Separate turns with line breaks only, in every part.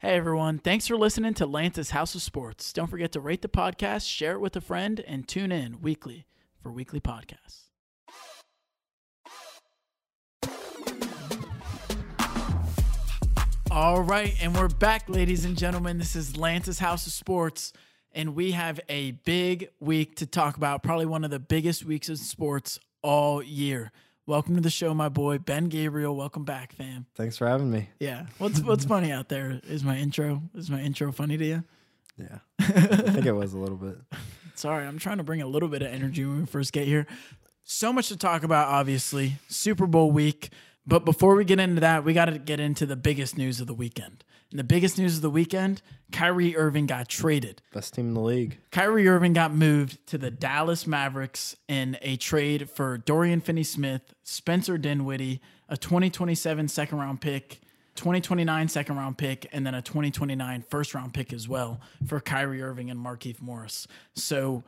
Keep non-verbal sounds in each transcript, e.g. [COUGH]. Hey everyone, thanks for listening to Lance's House of Sports. Don't forget to rate the podcast, share it with a friend, and tune in weekly for weekly podcasts. All right, and we're back, ladies and gentlemen. This is Lance's House of Sports, and we have a big week to talk about, probably one of the biggest weeks in sports all year. Welcome to the show, my boy Ben Gabriel. Welcome back, fam.
Thanks for having me.
Yeah. What's what's funny out there is my intro. Is my intro funny to you?
Yeah. I [LAUGHS] think it was a little bit.
Sorry, I'm trying to bring a little bit of energy when we first get here. So much to talk about, obviously. Super Bowl week. But before we get into that, we got to get into the biggest news of the weekend. And the biggest news of the weekend Kyrie Irving got traded.
Best team in the league.
Kyrie Irving got moved to the Dallas Mavericks in a trade for Dorian Finney Smith, Spencer Dinwiddie, a 2027 second round pick, 2029 second round pick, and then a 2029 first round pick as well for Kyrie Irving and Markeith Morris. So,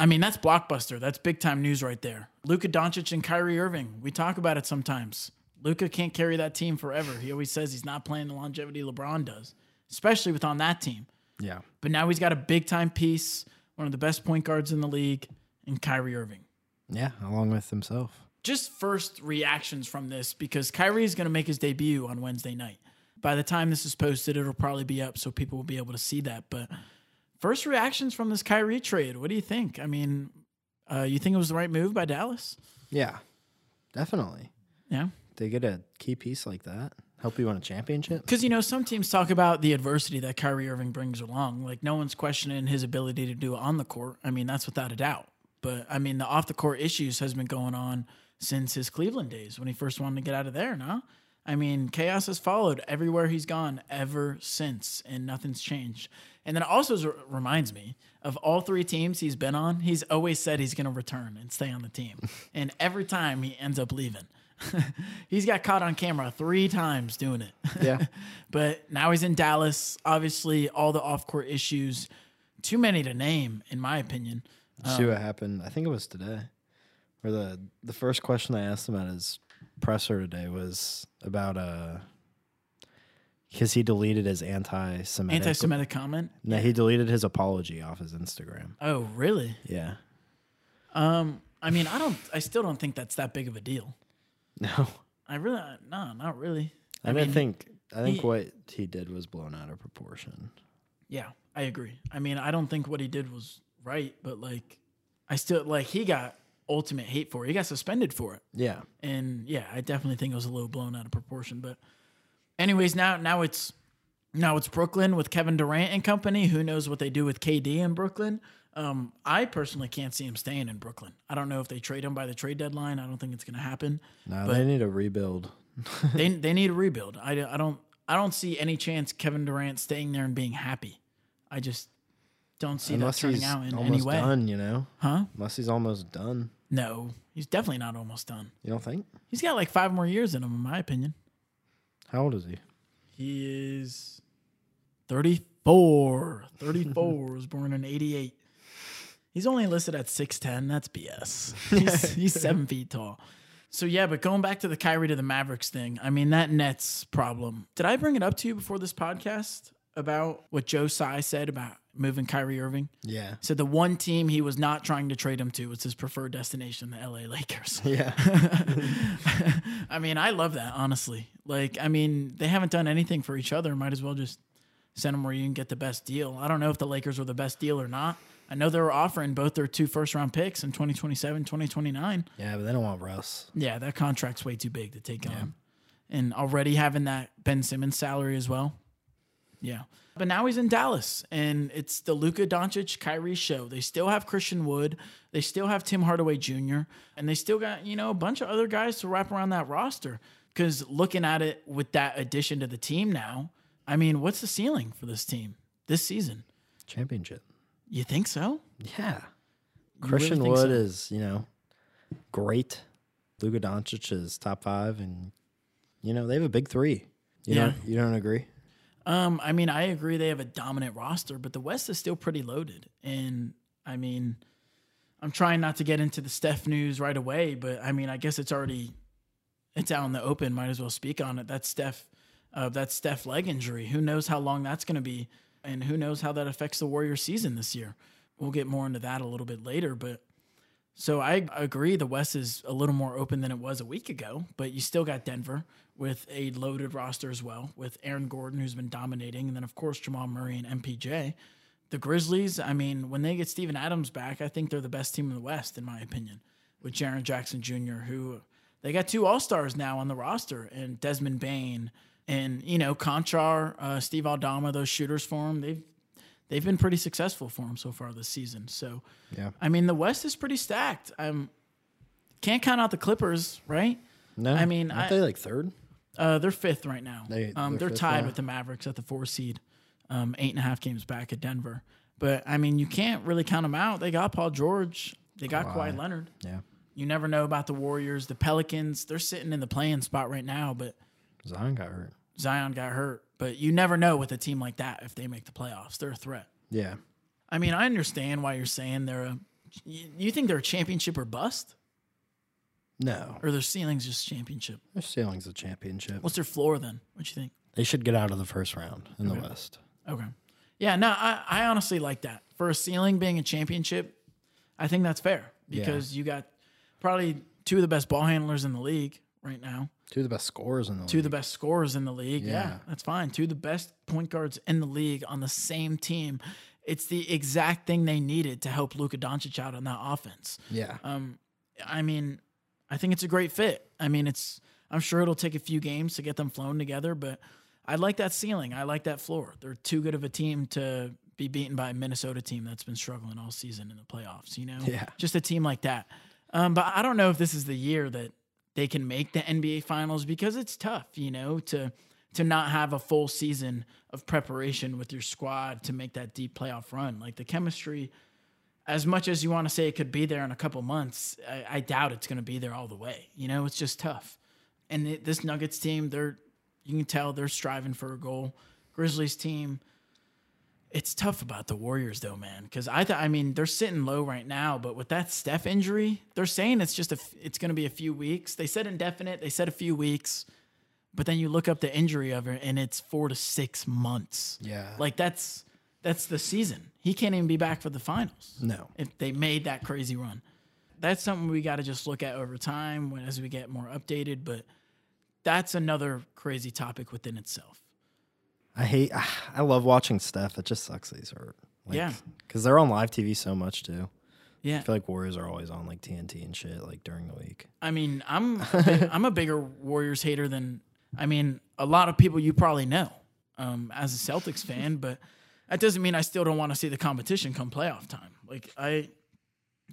I mean, that's blockbuster. That's big time news right there. Luka Doncic and Kyrie Irving. We talk about it sometimes. Luka can't carry that team forever. He always says he's not playing the longevity LeBron does, especially with on that team.
Yeah.
But now he's got a big time piece, one of the best point guards in the league, and Kyrie Irving.
Yeah. Along with himself.
Just first reactions from this because Kyrie is going to make his debut on Wednesday night. By the time this is posted, it'll probably be up so people will be able to see that. But first reactions from this Kyrie trade, what do you think? I mean, uh, you think it was the right move by Dallas?
Yeah. Definitely.
Yeah.
They get a key piece like that. Help you win a championship.
Because, you know, some teams talk about the adversity that Kyrie Irving brings along. Like, no one's questioning his ability to do it on the court. I mean, that's without a doubt. But, I mean, the off the court issues has been going on since his Cleveland days when he first wanted to get out of there, no? I mean, chaos has followed everywhere he's gone ever since, and nothing's changed. And then it also s- reminds me of all three teams he's been on, he's always said he's going to return and stay on the team. and every time he ends up leaving. [LAUGHS] he's got caught on camera three times doing it.
[LAUGHS] Yeah.
But now he's in Dallas. Obviously, all the off court issues, too many to name, in my opinion.
[LAUGHS] See what happened. I think it was today. Where the the first question I asked him at his presser today was about uh because he deleted his anti-Semitic.
Anti Semitic comment.
No, he deleted his apology off his Instagram.
Oh, really?
Yeah.
Um, I mean, I don't. I still don't think that's that big of a deal.
[LAUGHS] No.
I really, no, not really.
I, mean, I think I think
he-
what he did was blown out of proportion.
Yeah, I agree. I mean, I don't think what he did was right, but like, I still like he got ultimate hate for it. He got suspended for it.
Yeah.
and yeah, I definitely think it was a little blown out of proportion. But, anyways, now now it's now it's Brooklyn with Kevin Durant and company. Who knows what they do with KD in Brooklyn? Um, I personally can't see him staying in Brooklyn. I don't know if they trade him by the trade deadline. I don't think it's going to
[LAUGHS]
happen.
No, they need a rebuild.
they they need a rebuild. I, I don't I don't see any chance Kevin Durant staying there and being happy. I just don't see
Unless
that turning
he's
out in
almost
any way.
done, you know.
Huh?
Unless he's almost done.
No, he's definitely not almost done.
You don't think?
He's got like five more years in him, in my opinion.
How old is he?
He is 34. 34 was born in 88. He's only listed at 6'10. That's BS. He's, he's seven feet tall. So, yeah, but going back to the Kyrie to the Mavericks thing, I mean, that Nets problem. Did I bring it up to you before this podcast about what Joe Tsai said about moving Kyrie Irving?
Yeah.
He said the one team he was not trying to trade him to was his preferred destination, the LA Lakers.
[LAUGHS] Yeah.
[LAUGHS] I mean, I love that, honestly. Like, I mean, they haven't done anything for each other. Might as well just send them where you can get the best deal. I don't know if the Lakers were the best deal or not. I know they were offering both their two first round picks in 2027, 2029.
yeah, but they don't want Russ.
Yeah, that contract's way too big to take on. And already having that Ben Simmons salary as well. Yeah. But now he's in Dallas and it's the Luka Doncic Kyrie show. They still have Christian Wood. They still have Tim Hardaway Jr. And they still got, you know, a bunch of other guys to wrap around that roster. Cause looking at it with that addition to the team now, I mean, what's the ceiling for this team this season?
Championship.
You think so?
Yeah.
You really
Christian
think
Wood
so?
is, you know, great. Luka Doncic is top five and you know, they have a big three. You
Yeah.
don't you don't agree?
Um, I mean, I agree they have a dominant roster, but the West is still pretty loaded. And I mean, I'm trying not to get into the Steph news right away, but I mean, I guess it's already it's out in the open. Might as well speak on it. That's Steph Uh, that Steph leg injury. Who knows how long that's going to be, and who knows how that affects the Warriors' season this year. We'll get more into that a little bit later, but so I agree the West is a little more open than it was a week ago, but you still got Denver with a loaded roster as well, with Aaron Gordon who's been dominating, and then of course Jamal Murray and MPJ. The Grizzlies, I mean, when they get Steven Adams back, I think they're the best team in the West, in my opinion, with Jaron Jackson Jr., who they got two All Stars now on the roster, and Desmond Bain, and you know Conchar, uh, Steve Aldama, those shooters for him. They've they've been pretty successful for him so far this season. So,
Yeah.
I mean, the West is pretty stacked. I'm can't count out the Clippers, right?
No.
I mean,
aren't
I-
they like third?
Uh, they're fifth right now.
They-
um,
they're
they're
fifth,
tied
yeah.
with the Mavericks at the four seed, um, eight and a half games back at Denver. But I mean, you can't really count them out. They got Paul George. They got Kawhi,
Kawhi.
Leonard.
Yeah.
You never know about the Warriors, the Pelicans. They're sitting in the playing spot right now, but
Zion got hurt.
Zion got hurt. But you never know with a team like that if they make the playoffs. They're a threat.
Yeah.
I mean, I understand why you're saying they're a. You you think they're a championship or bust,
No.
or their ceiling's just championship?
Their ceiling's a championship.
What's their floor then? What you think?
They should get out of the first round in the West.
Okay. Yeah, no, I, I honestly like that. For a ceiling being a championship, I think that's fair because you got probably two of the best ball handlers in the league right now,
Two of the best scorers in the
two of
league.
the best scorers in the league. Yeah.
Yeah.
that's fine. Two of the best point guards in the league on the same team. It's the exact thing they needed to help Luka Doncic out on that offense.
yeah.
Um, I mean, I think it's a great fit. I mean, it's I'm sure it'll take a few games to get them flown together, but I like that ceiling. I like that floor. They're too good of a team to be beaten by a Minnesota team that's been struggling all season in the playoffs. You know,
Yeah.
just a team like that. Um, but I don't know if this is the year that they can make the NBA Finals because it's tough. You know, to to not have a full season of preparation with your squad to make that deep playoff run. Like the chemistry as much as you want to say it could be there in a couple months, I, I doubt it's going to be there all the way. You know, it's just tough. And th- this Nuggets team, they're you can tell they're striving for a goal. Grizzlies team, it's tough about the Warriors though, man. Because I th- I mean they're sitting low right now, but with that Steph injury, they're saying it's just a f- it's going to be a few weeks. They said indefinite. They said a few weeks, but then you look up the injury of it, and it's four to six months.
yeah.
Like that's that's the season. He can't even be back for the finals
no.
if they made that crazy run. That's something we got to just look at over time when, as we get more updated. But that's another crazy topic within itself.
I hate. ah, I love watching Steph. It just sucks that he's hurt. Like,
Yeah.
Because they're on live TV so much too.
Yeah,
I feel like Warriors are always on like TNT and shit like during the week.
I mean, I'm a big, I'm a bigger Warriors hater than I mean a lot of people you probably know um, as a Celtics fan, but that doesn't mean I still don't want to see the competition come playoff time. Like I,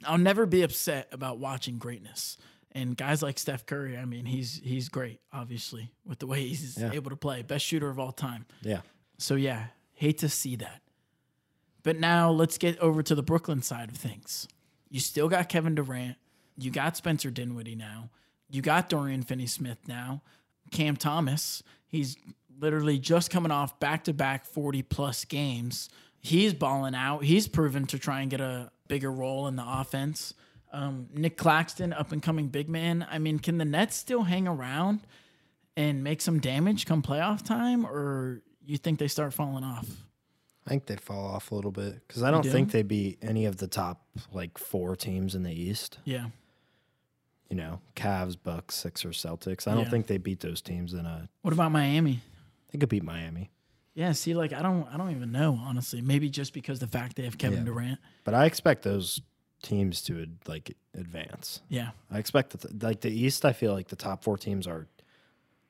I'll never be upset about watching greatness and guys like Steph Curry. I mean, he's he's great, obviously, with the way he's
Yeah.
able to play, best shooter of all time.
Yeah.
So yeah, hate to see that. But now let's get over to the Brooklyn side of things. You still got Kevin Durant. You got Spencer Dinwiddie now. You got Dorian Finney-Smith now. Cam Thomas. He's literally just coming off back-to-back 40-plus games. He's balling out. He's proven to try and get a bigger role in the offense. Um, Nick Claxton, up-and-coming big man. I mean, can the Nets still hang around? and make some damage come playoff time, or you think they start falling off?
I think they fall off a little bit because I don't
do?
think they beat any of the top like four teams in the East.
Yeah,
You know, Cavs, Bucks, Sixers, Celtics. I don't
Yeah.
think they beat those teams in a.
What about Miami?
They could beat Miami,
Yeah, see, like I don't, I don't even know honestly. Maybe just because the fact they have Kevin
Yeah.
Durant.
but I expect those teams to like advance.
Yeah,
I expect that like the East. I feel like the top four teams are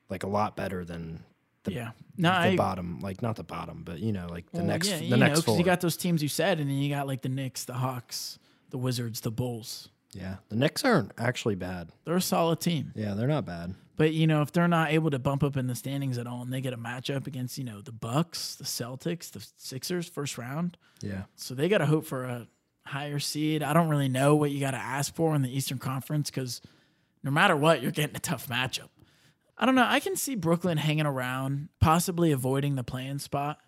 like a lot better than the
yeah. No,
the
I.
bottom, like not the bottom, but you know, like the
well,
next,
yeah,
the
you know,
next
'cause
four.
you got those teams you said, and then you got like the Knicks, the Hawks, the Wizards, the Bulls.
yeah, the Knicks aren't actually bad.
They're a solid team,
Yeah, they're not bad.
but you know if they're not able to bump up in the standings at all, and they get a matchup against you know the Bucks, the Celtics, the Sixers, first round,
Yeah,
So they got to hope for a higher seed. I don't really know what you got to ask for in the Eastern Conference because no matter what, you're getting a tough matchup. I don't know. I can see Brooklyn hanging around, possibly avoiding the playing spot,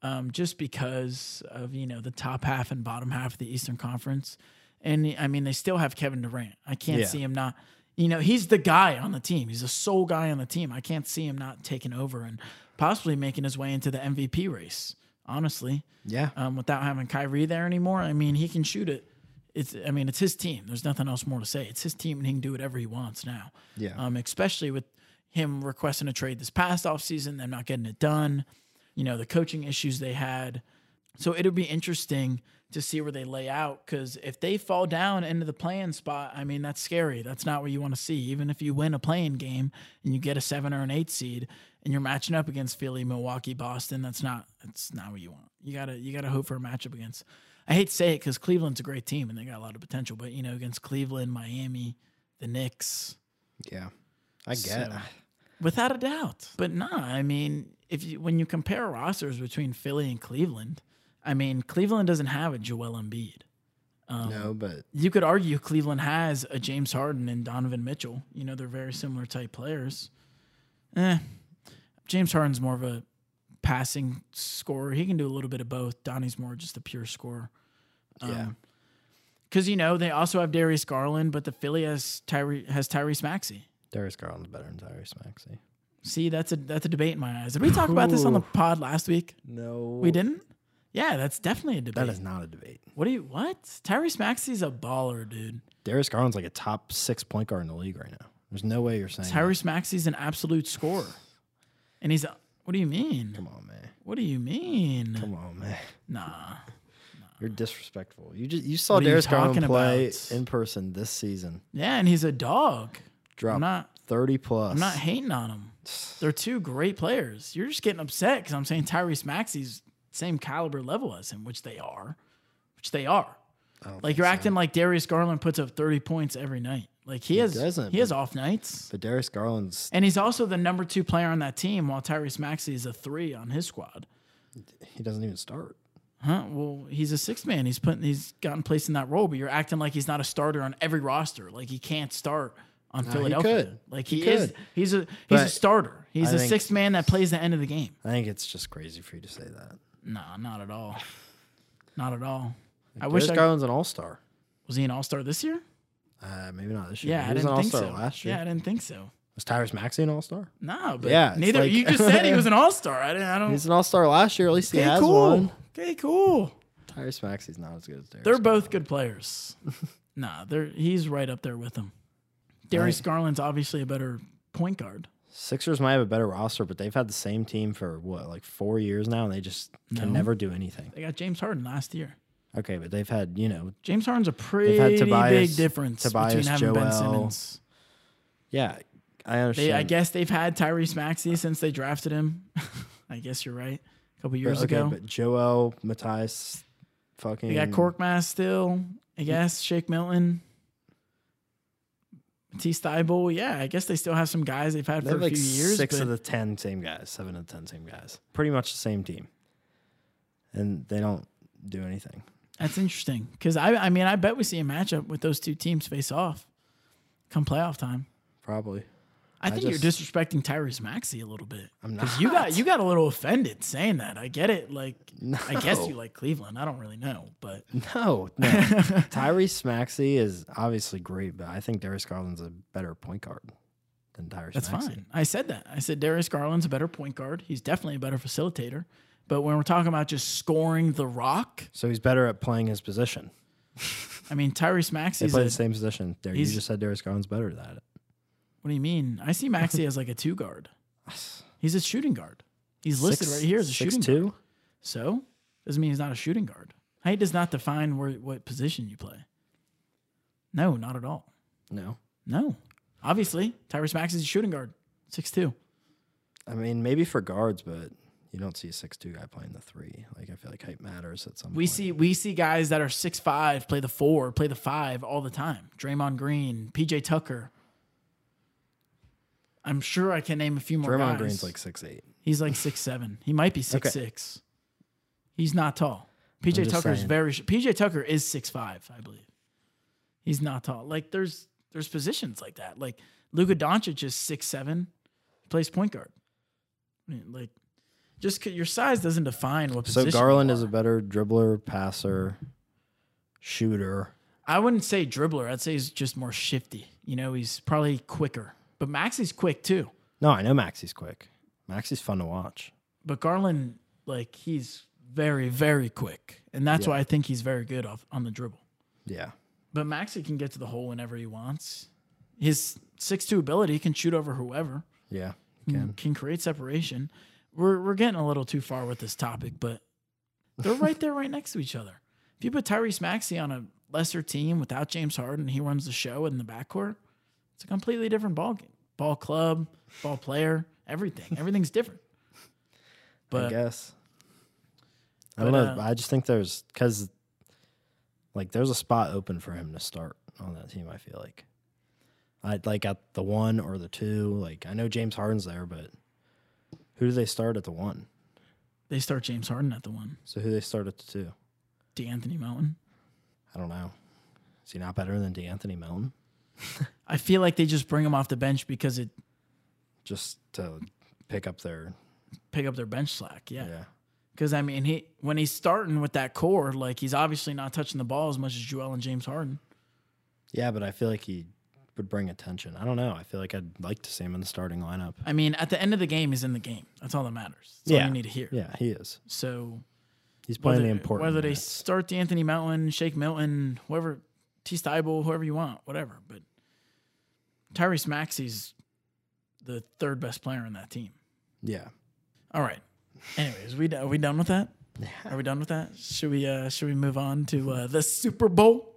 um, just because of you know the top half and bottom half of the Eastern Conference. And I mean, they still have Kevin Durant. I can't
Yeah.
see him not. You know, he's the guy on the team. He's the sole guy on the team. I can't see him not taking over and possibly making his way into the MVP race. Honestly,
Yeah.
um, without having Kyrie there anymore, I mean, he can shoot it. It's, I mean, it's his team. There's nothing else more to say. It's his team, and he can do whatever he wants now.
Yeah.
Um, especially with him requesting a trade this past offseason, them not getting it done. You know, the coaching issues they had. So it'll be interesting to see where they lay out because if they fall down into the playing spot, I mean, that's scary. That's not what you want to see. Even if you win a playing game and you get a seven or an eight seed and you're matching up against Philly, Milwaukee, Boston, that's not that's not what you want. You gotta you gotta hope for a matchup against. I hate to say it because Cleveland's a great team and they got a lot of potential, but you know, against Cleveland, Miami, the Knicks,
Yeah. I get.
So- Without a doubt. But nah, I mean, if you when you compare rosters between Philly and Cleveland, I mean, Cleveland doesn't have a Joel Embiid. Um,
no, but
You could argue Cleveland has a James Harden and Donovan Mitchell. You know, they're very similar type players. Eh, James Harden's more of a passing scorer. He can do a little bit of both. Donnie's more just a pure scorer.
yeah.
um, Because you know they also have Darius Garland, but the Philly has Tyre has Tyrese Maxey.
Darius Garland's better than Tyrese Maxey.
See, that's a that's a debate in my eyes. Did we talk about this on the
Ooh.
pod last week?
No.
We didn't. Yeah, that's definitely a debate.
That is not a debate.
what do you what? Tyrese Maxey's a baller, dude.
Darius Garland's like a top six point guard in the league right now. There's no way you're saying.
Tyrese Maxey's an absolute scorer, and he's. A, what do you mean?
Come on, man.
What do you mean?
Come on, man.
Nah.
You're disrespectful. You just you saw
What are you
Darius Garland
talking
play
about?
in person this season.
Yeah, and he's a dog.
Drop
I'm not.
thirty plus.
I'm not hating on him. They're two great players. You're just getting upset because I'm saying Tyrese Maxey's same caliber level as him, which they are, which they are.
I don't
Like
think
you're
so.
acting like Darius Garland puts up 30 points every night. Like he, has
doesn't,
he has off nights.
But Darius Garland's
And he's also the number 2 player on that team while Tyrese Maxey is a 3 on his squad.
he doesn't even start.
Huh? Well, he's a sixth man. He's putting he's gotten placed in that role, but you're acting like he's not a starter on every roster. Like he can't start on Philadelphia.
could.
Like
He
he, is
could.
he's a he's a
But
starter. He's
I
a
think-
sixth man that plays the end of the game.
I think it's just crazy for you to say that.
Nah, not at all. Not at all. I
Darius
wish I
Garland's an all star.
was he an all-star this year?
Uh, maybe not this year.
Yeah,
but
I
he was
didn't
an all
think
star
so.
last year.
Yeah, I didn't think so.
Was Tyrese Maxey an all star?
No, but
Yeah, it's
neither.
like-
you just said he
[LAUGHS]
was an all star. I, didn't- I don't.
He's an all star last year. At least he
okay,
has
Oh. cool.
one.
Okay, cool.
Tyrese Maxey's not as good as Darius.
They're both good
[LAUGHS]
players. nah, they're he's right up there with them. Darius Garland's obviously a better point guard.
Sixers might have a better roster, but they've had the same team for what, like four years now, and they just
No.
can never do anything.
They got James Harden last year.
Okay, but they've had you know,
James Harden's a pretty
Tobias-
big difference between
Tobias
having Ben
Joel.
Simmons.
yeah, I understand.
They, I guess they've had Tyrese Maxey since they drafted him. [LAUGHS] I guess you're right. A couple
but,
years
okay,
ago,
but Joel, Matthias, fucking
they got Korkmaz still. I guess Shake Milton, Matisse Thybulle. Yeah, I guess they still have some guys they've had
They
for a
have like
few years.
six
but
of the ten same guys, seven of the ten same guys, pretty much the same team, and they don't do anything.
That's interesting because I, I mean, I bet we see a matchup with those two teams face off come playoff time.
Probably,
I
I
think you're
just-
disrespecting Tyrese Maxey a little bit
I'm
because
not.
you got you got a little offended saying that. I get it. Like, I guess
No.
you like Cleveland. I don't really know, but
[LAUGHS] No, [LAUGHS] no. Tyrese Maxey is obviously great, but I think Darius Garland's a better point guard than Tyrese.
that's
Maxey.
fine. I said that. I said Darius Garland's a better point guard. He's definitely a better facilitator. But when we're talking about just scoring the rock,
So he's better at playing his position.
I mean Tyrese
They
Maxey's.
play
A,
the same position. There, you
he's-
just said Darius Garland's better at it.
what do you mean? I see Maxey as like a two
[LAUGHS]
guard. He's a shooting guard. He's listed right here as a shooting guard.
two.
So doesn't mean he's not a shooting guard. Height does not define where what position you play. No, not at all.
No,
No, obviously Tyrese Maxey's a shooting guard, six two.
I mean maybe for guards, but you don't see a six two guy playing the three. Like I feel like height matters at some.
We
point.
see we see guys that are six five play the four, play the five all the time. Draymond Green, PJ Tucker. I'm sure I can name a few more.
Draymond
guys.
Green's like six eight.
he's like six seven. He might be six six. He's not tall. PJ
just
Tucker is
saying.
very. sh- PJ Tucker is six five, I believe. He's not tall. Like there's there's positions like that. Like Luka Doncic is six seven. He plays point guard. I mean, like just 'cause your size doesn't define what
So
position.
Garland
you
is a
are.
better dribbler, passer, shooter.
I wouldn't say dribbler. I'd say he's just more shifty. You know, he's probably quicker. But Maxi's quick too.
No, I know Maxi's quick. Maxi's fun to watch.
But Garland, like, he's very, very quick. And that's
Yeah.
why I think he's very good off on the dribble.
Yeah.
But Maxi can get to the hole whenever he wants. His six two ability can shoot over whoever.
Yeah.
Can. can create separation. We're we're getting a little too far with this topic, but they're right there, right next to each other. If you put Tyrese Maxey on a lesser team without James Harden, he runs the show in the backcourt. It's a completely different ball game, ball club, ball player, everything.
[LAUGHS]
Everything's different.
I
But
guess. I
but,
don't know.
uh,
I just think there's because like there's a spot open for him to start on that team. I feel like I'd like at the one or the two. Like I know James Harden's there, but who do they start at the one?
they start James Harden at the one.
So who they start at the two?
DeAnthony Melton.
I don't know. Is he not better than D'Anthony Melton?
I feel like they just bring him off the bench because it
Just to pick up their
pick up their bench slack. Yeah.
yeah
Because I mean, he when he's starting with that core, like he's obviously not touching the ball as much as Joel and James Harden.
yeah. But I feel like he would bring attention. I don't know. I feel like I'd like to see him in the starting lineup.
I mean, at the end of the game, he's in the game. That's all that matters. That's all
Yeah.
you need to hear.
Yeah, he is.
So
He's playing
whether,
the important.
whether they
minutes.
start the Anthony Melton, Shake Milton, whoever, T. Steibel, whoever you want, whatever. But Tyrese Maxey's the third best player on that team.
yeah.
All right. Anyways, we do- are we done with that? Are we done with that? Should we uh, should we move on to uh, the Super Bowl?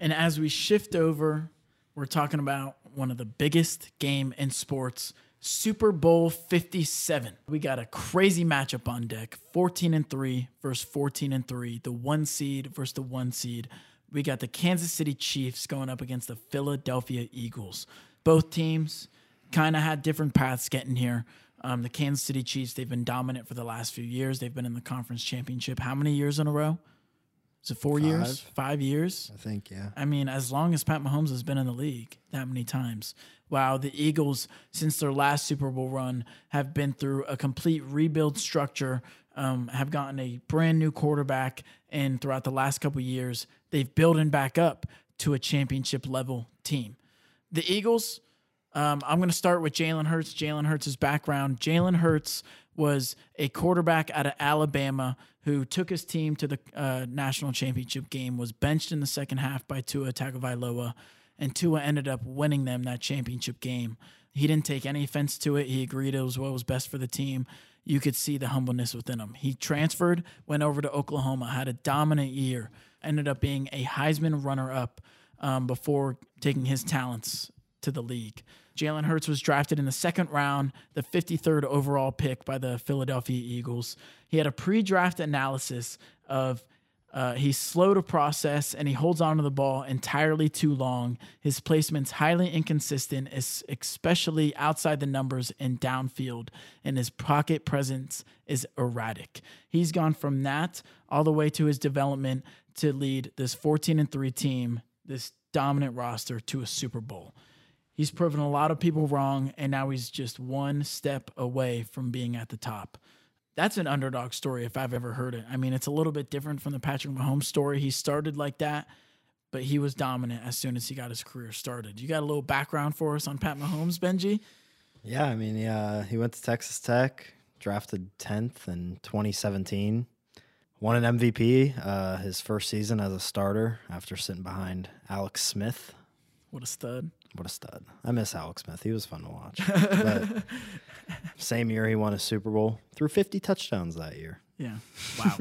and as we shift over, we're talking about one of the biggest game in sports, Super Bowl 57. We got a crazy matchup on deck. 14 and 3 versus 14 and 3, the 1 seed versus the 1 seed. We got the Kansas City Chiefs going up against the Philadelphia Eagles. Both teams kind of had different paths getting here. Um, the Kansas City Chiefs, they've been dominant for the last few years. They've been in the conference championship. How many years in a row? Is it four years?
Five.
Five years?
I think yeah.
I mean, as long as Pat Mahomes has been in the league that many times. Wow, the Eagles, since their last Super Bowl run, have been through a complete rebuild structure, um, have gotten a brand new quarterback, and throughout the last couple years, they've built and back up to a championship level team. The Eagles, um, I'm going to start with Jalen Hurts. Jalen Hurts' background. Jalen Hurts was a quarterback out of Alabama who took his team to the uh, national championship game, was benched in the second half by Tua Tagovailoa, and Tua ended up winning them that championship game. He didn't take any offense to it. He agreed it was what was best for the team. You could see the humbleness within him. He transferred, went over to Oklahoma, had a dominant year, ended up being a Heisman runner up um, before taking his talents to the league. Jalen Hurts was drafted in the second round, the 53rd overall pick by the Philadelphia Eagles. He had a pre draft analysis of uh, he's slow to process and he holds on to the ball entirely too long. His placement's highly inconsistent, es- especially outside the numbers and downfield, and his pocket presence is erratic. He's gone from that all the way to his development to lead this 14 and 3 team, this dominant roster, to a Super Bowl. He's proven a lot of people wrong, and now he's just one step away from being at the top. That's an underdog story if I've ever heard it. I mean, it's a little bit different from the Patrick Mahomes story. He started like that, but he was dominant as soon as he got his career started. You got a little background for us on Pat Mahomes, Benji?
Yeah, I mean, yeah, he went to Texas Tech, drafted 10th in 2017, won an MVP uh, his first season as a starter after sitting behind Alex Smith.
What a stud.
What a stud. I miss Alex Smith. He was fun to watch.
[LAUGHS]
But same year, he won a Super Bowl, threw 50 touchdowns that year.
Yeah. Wow.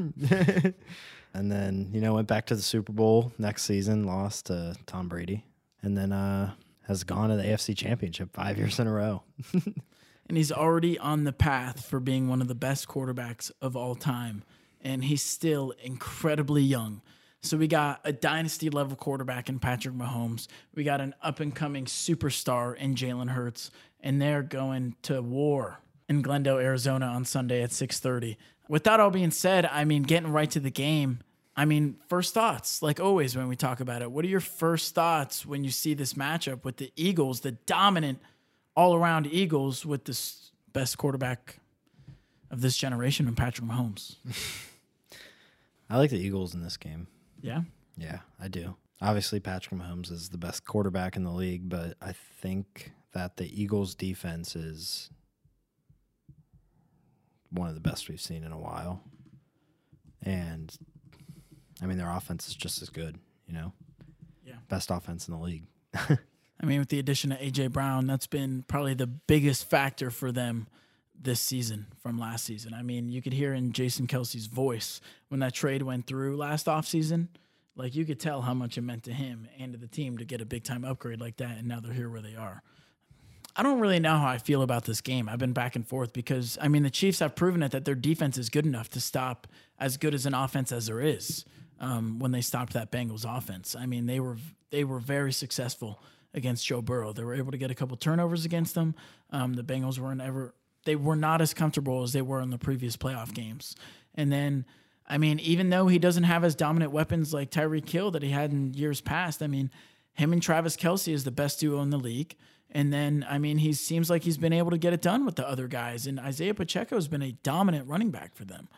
And then, you know, went back to the Super Bowl next season, lost to Tom Brady, and then uh, has gone to the AFC Championship five [LAUGHS] years in a row.
and he's already on the path for being one of the best quarterbacks of all time. And he's still incredibly young. So we got a dynasty level quarterback in Patrick Mahomes. We got an up and coming superstar in Jalen Hurts, and they're going to war in Glendale, Arizona on Sunday at 6:30. With that all being said, I mean getting right to the game. I mean, first thoughts, like always when we talk about it. What are your first thoughts when you see this matchup with the Eagles, the dominant all around Eagles with this best quarterback of this generation and Patrick Mahomes.
I like the Eagles in this game.
Yeah.
Yeah, I do. obviously Patrick Mahomes is the best quarterback in the league, but I think that the Eagles' defense is one of the best we've seen in a while. And I mean, their offense is just as good, you know?
Yeah.
Best offense in the league.
I mean, with the addition of AJ Brown, that's been probably the biggest factor for them this season from last season. I mean, you could hear in Jason Kelsey's voice when that trade went through last offseason. Like you could tell how much it meant to him and to the team to get a big time upgrade like that, and now they're here where they are. I don't really know how I feel about this game. I've been back and forth because I mean the Chiefs have proven it that their defense is good enough to stop as good as an offense as there is. Um, when they stopped that Bengals offense, I mean they were they were very successful against Joe Burrow. They were able to get a couple turnovers against them. Um, the Bengals weren't ever they were not as comfortable as they were in the previous playoff games. And then, I mean, even though he doesn't have as dominant weapons like Tyreek Hill that he had in years past, I mean, him and Travis Kelsey is the best duo in the league. And then, I mean, he seems like he's been able to get it done with the other guys. And Isaiah Pacheco has been a dominant running back for them.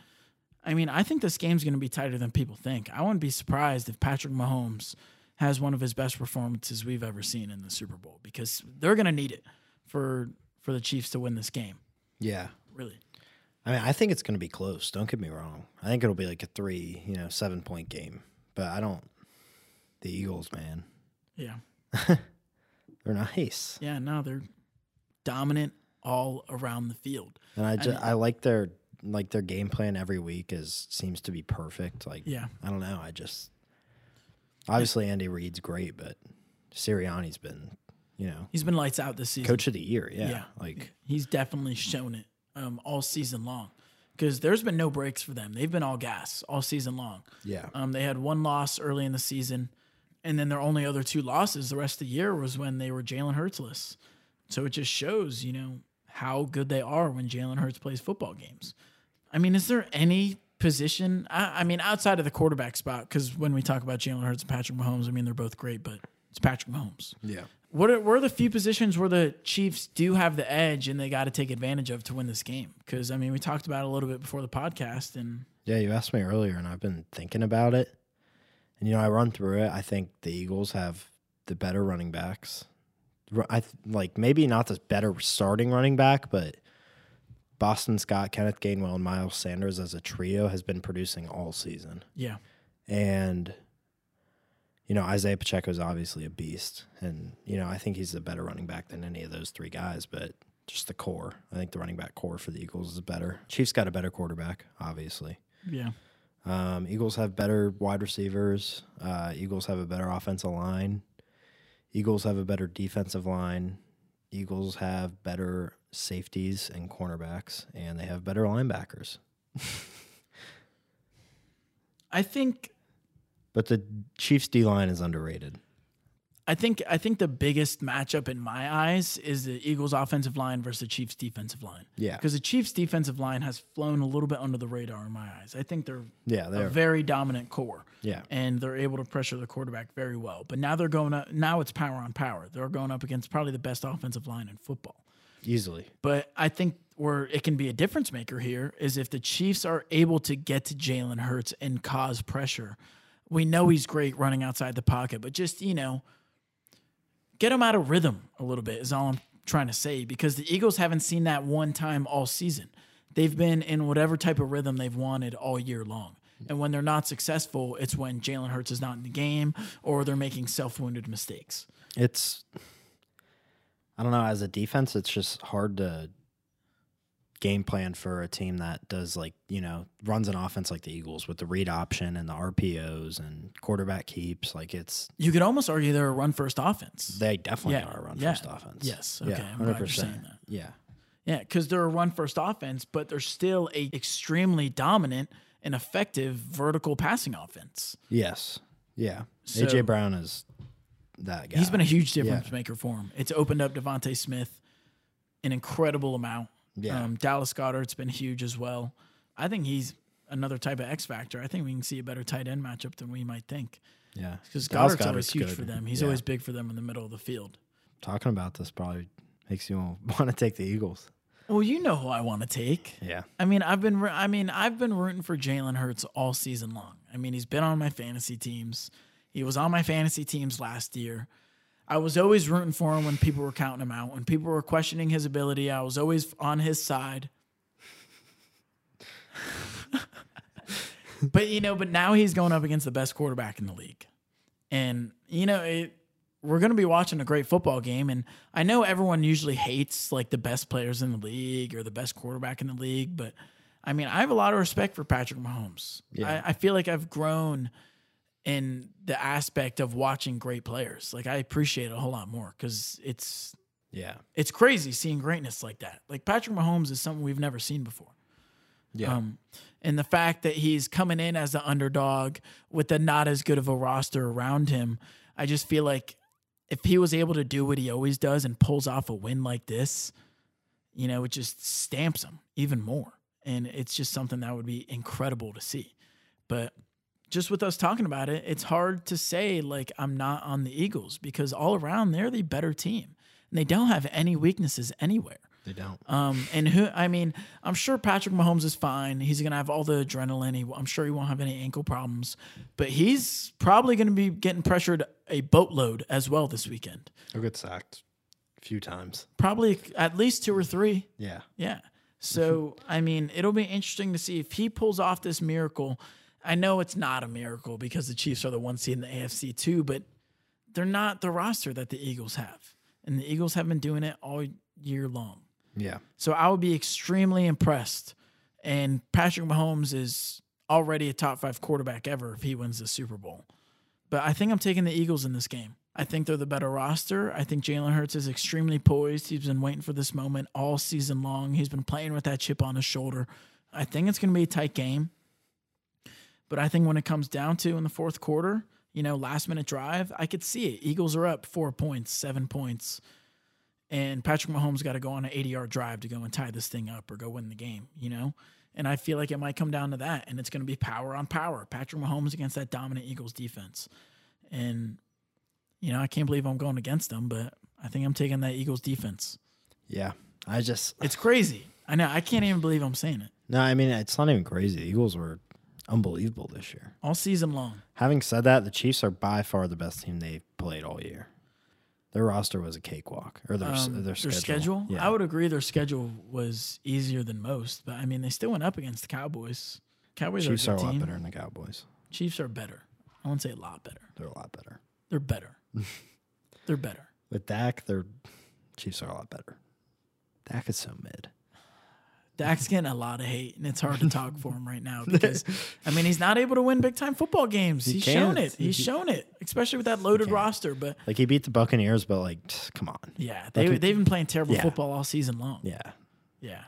I mean, I think this game's going to be tighter than people think. I wouldn't be surprised if Patrick Mahomes has one of his best performances we've ever seen in the Super Bowl because they're going to need it for for the Chiefs to win this game.
Yeah.
Really?
I mean, I think it's going to be close. Don't get me wrong. I think it'll be like a three, you know, seven point game. But I don't. The Eagles, man,
Yeah.
they're nice,
Yeah, no, they're dominant all around the field.
and I just
mean-
I like their like their game plan every week is seems to be perfect. Like,
Yeah.
I don't know. I just obviously Andy Reid's great, but Sirianni's been, you know,
He's been lights out this season.
coach of the year. Yeah,
Yeah.
like
He's definitely shown it um, all season long because there's been no breaks for them. They've been all gas all season long.
yeah,
Um, they had one loss early in the season, and then their only other two losses the rest of the year was when they were Jalen Hurtsless. So it just shows, you know, how good they are when Jalen Hurts plays football games. I mean, is there any position? I, I mean, outside of the quarterback spot, because when we talk about Jalen Hurts and Patrick Mahomes, I mean they're both great, but it's Patrick Mahomes.
yeah.
What are, what are the few positions where the Chiefs do have the edge and they got to take advantage of to win this game? Because I mean, we talked about it a little bit before the podcast, and
Yeah, you asked me earlier, and I've been thinking about it. And you know, I run through it. I think the Eagles have the better running backs. Ru- I th- like maybe not the better starting running back, but Boston Scott, Kenneth Gainwell, and Miles Sanders as a trio has been producing all season.
yeah,
And you know, Isaiah Pacheco is obviously a beast, and you know, I think he's a better running back than any of those three guys. But just the core, I think the running back core for the Eagles is better. Chiefs got a better quarterback, obviously.
yeah,
Um, Eagles have better wide receivers. Uh, Eagles have a better offensive line. Eagles have a better defensive line. Eagles have better safeties and cornerbacks, and they have better linebackers.
I think
But the Chiefs' D line is underrated.
I think I think the biggest matchup in my eyes is the Eagles offensive line versus the Chiefs defensive line.
Yeah.
Because the Chiefs defensive line has flown a little bit under the radar in my eyes. I think they're
Yeah,
a
they're
very dominant core.
yeah,
And they're able to pressure the quarterback very well. But now they're going up now it's power on power. They're going up against probably the best offensive line in football.
easily.
But I think where it can be a difference maker here is if the Chiefs are able to get to Jalen Hurts and cause pressure. We know he's great running outside the pocket, but just, you know, get him out of rhythm a little bit is all I'm trying to say because the Eagles haven't seen that one time all season. They've been in whatever type of rhythm they've wanted all year long. And when they're not successful, it's when Jalen Hurts is not in the game or they're making self wounded mistakes.
It's I don't know. As a defense, it's just hard to game plan for a team that does like you know runs an offense like the Eagles with the read option and the RPOs and quarterback keeps. Like it's
You could almost argue they're a run first offense.
they definitely
Yeah,
are a run
yeah,
first offense.
yes, okay,
yeah,
I'm glad you're saying that.
Yeah,
Yeah, because they're a run first offense, but they're still a extremely dominant and effective vertical passing offense.
yes, yeah.
So-
AJ Brown is that guy.
He's been a huge difference maker for him. It's opened up Devonte Smith an incredible amount.
Yeah.
Um, Dallas Goddard's been huge as well. I think he's another type of X factor. I think we can see a better tight end matchup than we might think [LAUGHS]
yeah
because
Dallas
Goddard's, always
Goddard's
huge
good.
for them. He's
Yeah.
always big for them in the middle of the field.
talking about this probably makes you [LAUGHS] want to take the Eagles.
Well, you know who I want to take.
Yeah,
I mean, I've been, I mean, I've been rooting for Jalen Hurts all season long. I mean, he's been on my fantasy teams. He was on my fantasy teams last year. I was always rooting for him when people were counting him out. When people were questioning his ability, I was always on his side. [LAUGHS] but you know, but now he's going up against the best quarterback in the league. And you know, it, we're going to be watching a great football game and I know everyone usually hates like the best players in the league or the best quarterback in the league, but I mean, I have a lot of respect for Patrick Mahomes.
Yeah.
I, I feel like I've grown in the aspect of watching great players. Like I appreciate it a whole lot more because it's
Yeah.
it's crazy seeing greatness like that. Like Patrick Mahomes is something we've never seen before.
Yeah.
Um, and the fact that he's coming in as the underdog with the not as good of a roster around him, I just feel like if he was able to do what he always does and pulls off a win like this, you know, it just stamps him even more. And it's just something that would be incredible to see. But just with us talking about it, it's hard to say like I'm not on the Eagles because all around they're the better team. And they don't have any weaknesses anywhere.
they don't.
Um, and who? I mean, I'm sure Patrick Mahomes is fine. He's gonna have all the adrenaline. He, I'm sure he won't have any ankle problems. But he's probably gonna be getting pressured a boatload as well this weekend.
They'll get sacked a few times.
Probably at least two or three.
Yeah.
Yeah. So, I mean, it'll be interesting to see if he pulls off this miracle. I know it's not a miracle because the Chiefs are the one seed in the AFC too, but they're not the roster that the Eagles have. And the Eagles have been doing it all year long.
Yeah.
So I would be extremely impressed. And Patrick Mahomes is already a top five quarterback ever if he wins the Super Bowl. But I think I'm taking the Eagles in this game. I think they're the better roster. I think Jalen Hurts is extremely poised. He's been waiting for this moment all season long. He's been playing with that chip on his shoulder. I think it's going to be a tight game. But I think when it comes down to in the fourth quarter, you know, last minute drive, I could see it. Eagles are up four points, seven points and Patrick Mahomes got to go on an 80 yard drive to go and tie this thing up or go win the game, you know? And I feel like it might come down to that. And it's going to be power on power. Patrick Mahomes against that dominant Eagles defense. And, you know, I can't believe I'm going against them, but I think I'm taking that Eagles defense.
Yeah. I just
It's crazy. I know. I can't even believe I'm saying it
no. I mean, it's not even crazy. The Eagles were unbelievable this year.
all season long.
Having said that, the Chiefs are by far the best team they've played all year. Their roster was a cakewalk, or their
Um,
their schedule. Yeah.
I would agree their schedule was easier than most, but I mean, they still went up against the Cowboys. Cowboys
Chiefs
are
are
a
a
good
lot
team.
better than the Cowboys.
Chiefs are better. I wouldn't say a lot better.
They're a lot better.
They're better. They're better.
With Dak, their Chiefs are a lot better. Dak is so mid.
Dak's getting a lot of hate, and it's hard to talk for him right
[LAUGHS]
now because, I mean, he's not able to win big time football games.
He
he's shown
can't.
it.
He
He's
ca-
shown it, especially with that loaded
can't.
roster. But
Like he beat the Buccaneers, but like, tch, come on.
yeah, they,
Like he-
they've been playing terrible
Yeah.
football all season long. Yeah.
Yeah,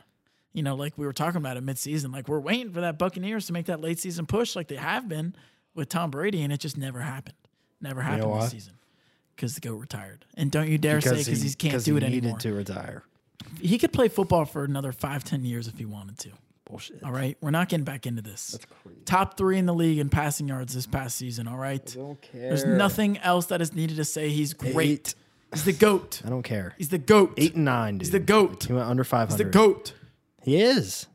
You know, like we were talking about at midseason, like we're waiting for that Buccaneers to make that late season push like they have been with Tom Brady, and it just never happened. Never happened
why?
this season because the GOAT retired. And don't you dare say because he, can't
'cause
do it
he needed
anymore.
to retire.
He could play football for another five, ten years if he wanted to.
Bullshit.
All right, we're not getting back into this.
crazy.
Top three in the league in passing yards this past season. All right,
don't care.
there's nothing else that is needed to say. He's great.
Eight.
He's the goat.
[SIGHS] I don't care.
He's the goat.
Eight and nine, dude.
the goat.
He went under five
He's the
hundred.
goat.
He is.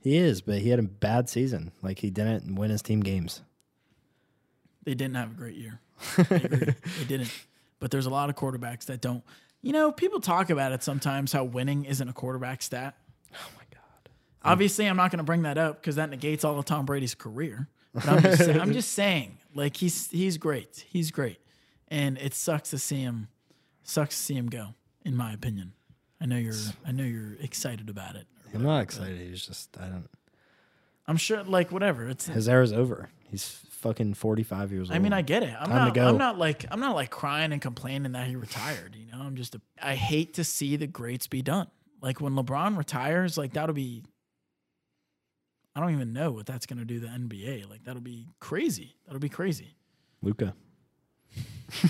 He is, but he had a bad season. Like he didn't win his team games.
They didn't have a great
[LAUGHS]
year. I agree. they didn't. But there's a lot of quarterbacks that don't. You know, people talk about it sometimes how winning isn't a quarterback stat.
Oh my god.
Obviously, I'm not going to bring that up because that negates all of Tom Brady's career. But I'm just,
[LAUGHS]
saying, I'm just saying, like he's he's great, he's great, and it sucks to see him, sucks to see him go. In my opinion, I know you're I know you're excited about it.
I'm not excited. He's just I don't.
I'm sure, like whatever. It's
His era's over. He's fucking 45 years old.
I mean, I get it. I'm
Time to
not.
go.
I'm not like. I'm not like crying and complaining that he retired. You know, I'm just. A, I hate to see the greats be done. Like when LeBron retires, like that'll be. I don't even know what that's gonna do to the NBA. Like that'll be crazy. That'll be
[LAUGHS]
crazy.
Luca,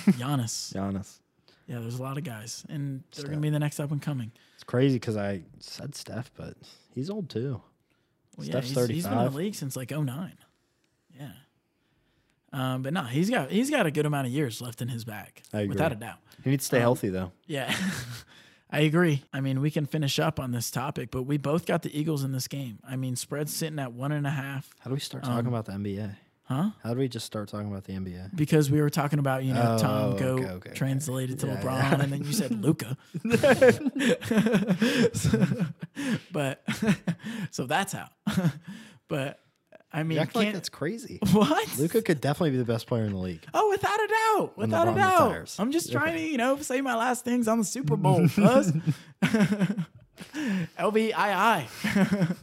Giannis.
Giannis.
Yeah, there's a lot of guys, and they're
Steph.
gonna be the next up and coming.
It's crazy because I said Steph, but he's old too.
Well,
Steph's
yeah, he's, he's been in
35.
the league since like 09. Yeah. Um, but no, he's got he's got a good amount of years left in his bag,
I agree.
without a doubt.
He needs to stay healthy though.
Yeah. [LAUGHS] I agree. I mean, we can finish up on this topic, but we both got the Eagles in this game. I mean, spread's sitting at one and a half.
Um, How do we start talking about the NBA?
Huh?
How did we just start talking about the NBA?
Because we were talking about, you know,
Oh,
Tom
okay,
Goat
okay, okay.
translated to
Yeah,
LeBron,
yeah.
and then you said Luca.
[LAUGHS]
[LAUGHS] but [LAUGHS] so that's how. [LAUGHS] but I mean,
You act like
can't
that's crazy.
[LAUGHS] what?
Luca could definitely be the best player in the league.
Oh, without a doubt. Without a
LeBron
doubt.
retires.
I'm just trying
Okay.
to, you know, say my last things on the Super
[LAUGHS]
Bowl, [LAUGHS] cuz. LBII.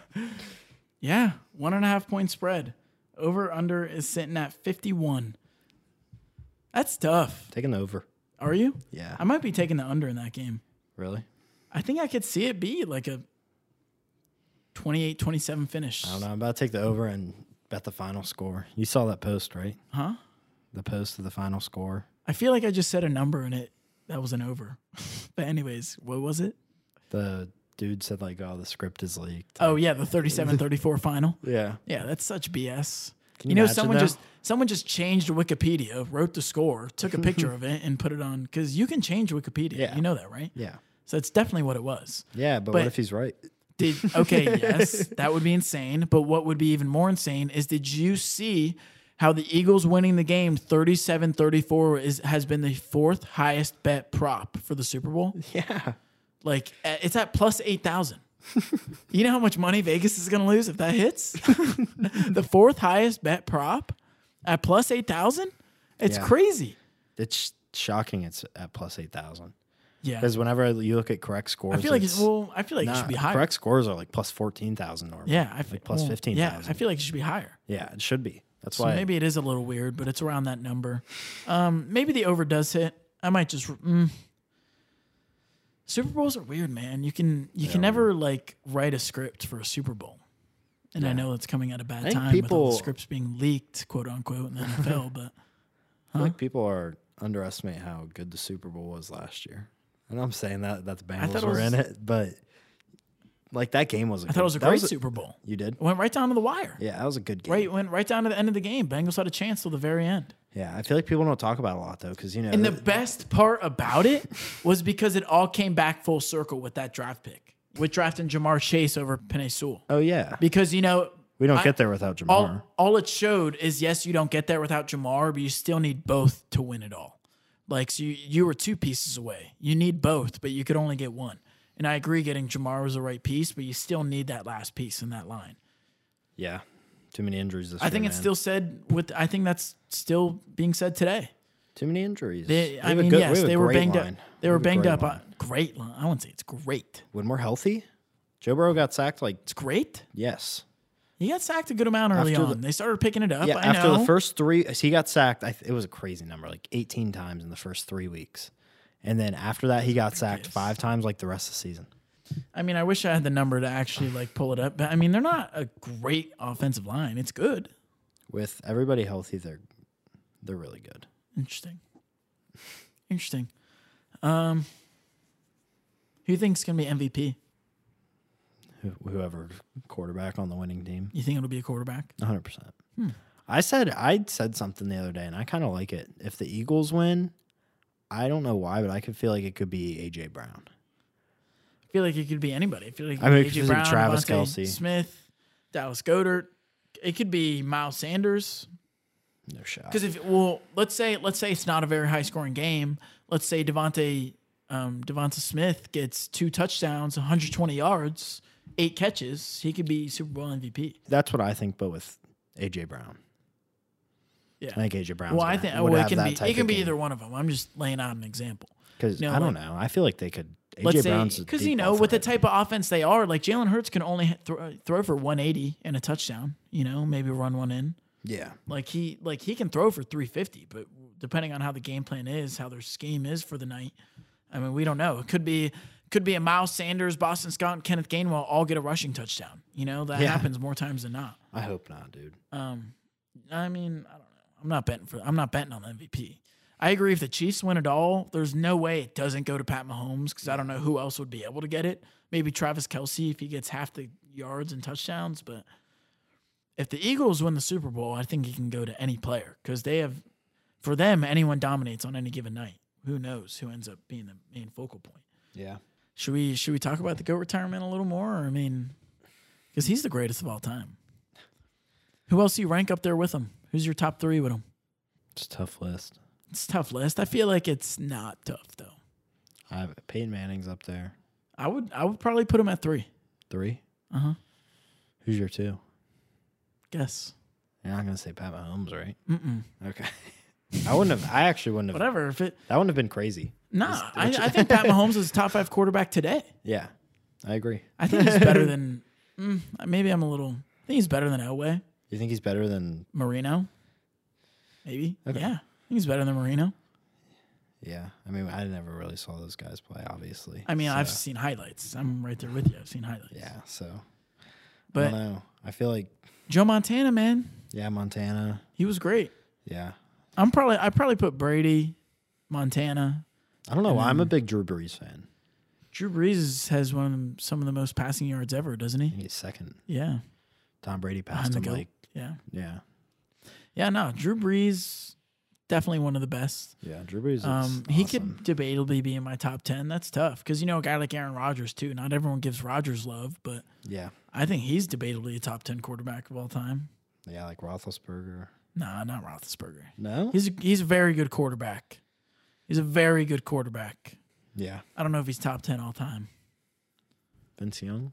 [LAUGHS] yeah, one and a half point spread. Over under is sitting at 51. That's tough.
Taking over.
Are you?
Yeah.
I might be taking the under in that game.
really?
I think I could see it be like a 28 27 finish.
I don't know. I'm about to take the over and bet the final score. You saw that post, right?
Huh?
The post of the final score.
I feel like I just said a number and it that was an over. [LAUGHS] but anyways, what was it?
The dude said like, "Oh, the script is leaked."
Oh yeah, the 37-34 final.
yeah.
Yeah, that's such BS.
Can
you know,
imagine
someone
that?
just someone just changed Wikipedia, wrote the score, took a
[LAUGHS]
picture of it, and put it on because you can change Wikipedia.
Yeah.
You know that, right?
Yeah.
So it's definitely what it was.
Yeah, but,
But-
what if
[LAUGHS]
he's right?
Did okay,
[LAUGHS]
yes, that would be insane. But what would be even more insane is did you see how the Eagles winning the game 37-34 is has been the fourth highest bet prop for the Super Bowl?
Yeah.
Like uh, it's at plus eight thousand. [LAUGHS] you know how much money Vegas is going to lose if that hits? [LAUGHS] the fourth highest bet prop at plus eight thousand. It's
Yeah.
crazy.
It's shocking. It's at plus eight thousand.
Yeah,
Because whenever you look at correct scores,
I feel like it's,
well,
well. I feel like it should be higher.
correct scores are like plus fourteen thousand normally.
Yeah, I feel
like plus
well,
fifteen
Yeah,
thousand.
I feel like it should be higher.
yeah, it should be. That's
So
why
maybe it is a little weird, but it's around that number. Um, maybe the over does hit. I might just. Mm. Super Bowls are weird, man. You can you can never like write a script for a Super Bowl, and I know it's coming at a bad
think
time with all the
people-
scripts being leaked, quote unquote, in
[LAUGHS]
the NFL. But
I feel like people are underestimate how good the Super Bowl was last year. And I'm saying that that the
thought
Bengals
it
were in
was-
it, but like that game was. I
I thought it was a great oh, Super Bowl.
You did?
It went right down to the wire.
Yeah, that was a good game.
Right, it went right down to the end of the game. Bengals had a chance till the very end.
Yeah, I feel like people don't talk about it a lot though, because you know,
And the best part about
[LAUGHS]
it was because it all came back full circle with that draft pick, with drafting Jamar Chase over Penny Sewell.
oh yeah,
Because, you know,
we don't
I-
get there without Jamar.
all, all it showed is yes, you don't get there without Jamar, but you still need both to win it all. Like, so you, you were two pieces away. You need both, but you could only get one. And I agree, getting Jamar was the right piece, but you still need that last piece in that line.
yeah, too many injuries this
I
year,
think it's
man.
still said with, I think that's still being said today.
too many injuries.
They,
We
I
have a
mean,
good- we
yes,
have a
they were
great
banged
line.
up. They
We
were
have a
banged
great
up. uh,
line.
On, great line. I wouldn't say it's great.
when we're healthy, Joe Burrow got sacked like
It's great.
yes.
He got sacked a good amount early
After
on.
the-
they started picking it up.
Yeah,
I
after
know.
the first three, so he got sacked. I, th- it was a crazy number, like 18 times in the first three weeks. And then after that, he got sacked five times, like the rest of the season.
I mean, I wish I had the number to actually like pull it up, but I mean, they're not a great offensive line. It's good.
With everybody healthy, they're they're really good.
Interesting. Interesting. Um, who you think's gonna be MVP?
Wh- Whoever quarterback on the winning team,
You think it'll be a quarterback?
100. percent
Hmm.
I said I said something the other day, and I kind of like it. If the Eagles win, I don't know why, but I could feel like it could be AJ Brown.
I feel like it could be anybody. I feel like it
I mean, it
could be AJ
could just be
Brown,
Travis
Travis
Kelce.
Smith, Dallas Goddard. It could be Miles Sanders.
No shot.
Because if well, let's say let's say it's not a very high scoring game. Let's say Devonte um, Devonta Smith gets two touchdowns, 120 yards, eight catches. He could be Super Bowl MVP.
That's what I think, but with AJ Brown,
Yeah.
I think AJ Brown.
well, I think well, it can be it can be either one of them. I'm just laying out an example.
Because
No,
I don't
like-
know. I feel like they could.
Let's
AJ Brown's
say
a
because
deep
you know with the
offense.
type of offense they are, like Jalen Hurts can only hit- throw, throw for 180 and a touchdown. You know, maybe run one in.
yeah,
Like he like he can throw for 350, but depending on how the game plan is, how their scheme is for the night, I mean, we don't know. It could be could be a Miles Sanders, Boston Scott, and Kenneth Gainwell all get a rushing touchdown. You know that
Yeah.
happens more times than not.
I hope not, dude.
Um, I mean, I don't know. I'm not betting for. I'm not betting on the MVP. I agree. If the Chiefs win it all, there's no way it doesn't go to Pat Mahomes because I don't know who else would be able to get it. Maybe Travis Kelsey if he gets half the yards and touchdowns. But if the Eagles win the Super Bowl, I think he can go to any player because they have, for them, anyone dominates on any given night. Who knows who ends up being the main focal point?
Yeah,
Should we should we talk about the goat retirement a little more? Or, I mean, because he's the greatest of all time. Who else do you rank up there with him? Who Who's your top three with him?
It's a tough list.
It's a tough list. I feel like it's not tough though.
I have Peyton Manning's up there.
I would I would probably put him at three.
Three.
Uh huh.
Who's your two?
Guess.
You're not gonna say Pat Mahomes, right?
Mm-mm.
Okay. [LAUGHS] I wouldn't have. I actually wouldn't have.
Whatever. If it
That wouldn't have been crazy.
nah, I, I think Pat Mahomes is a top
[LAUGHS]
five quarterback today.
Yeah, I agree.
I think he's better than. Mm, maybe I'm a little. I think he's better than Elway,
You think he's better than?
Marino. Maybe.
Okay.
Yeah, I think he's better than Marino.
Yeah. I mean, I never really saw those guys play. Obviously.
I mean, I've
so,
seen highlights. I'm right there with you. I've seen highlights.
Yeah. So. I
But
don't know. I feel like
Joe Montana, man,
yeah, Montana.
he was great.
Yeah.
I'm probably I probably put Brady, Montana.
I don't know. why I'm a big Drew Brees fan.
Drew Brees is- has one of the, some of the most passing yards ever, doesn't he?
He's second.
Yeah,
Tom Brady
behind
passed
the
him
goat.
like
yeah,
yeah,
yeah. No, Drew Brees definitely one of the best.
yeah. Drew Brees. Is
Um, he
awesome.
could debatably be in my top ten. That's tough because you know a guy like Aaron Rodgers too. Not everyone gives Rodgers love, but
Yeah.
I think he's debatably a top ten quarterback of all time.
Yeah, like Roethlisberger.
Nah, not Roethlisberger.
No.
He's a, he's a very good quarterback. He's a very good quarterback.
Yeah.
I don't know if he's top ten all time.
Vince Young.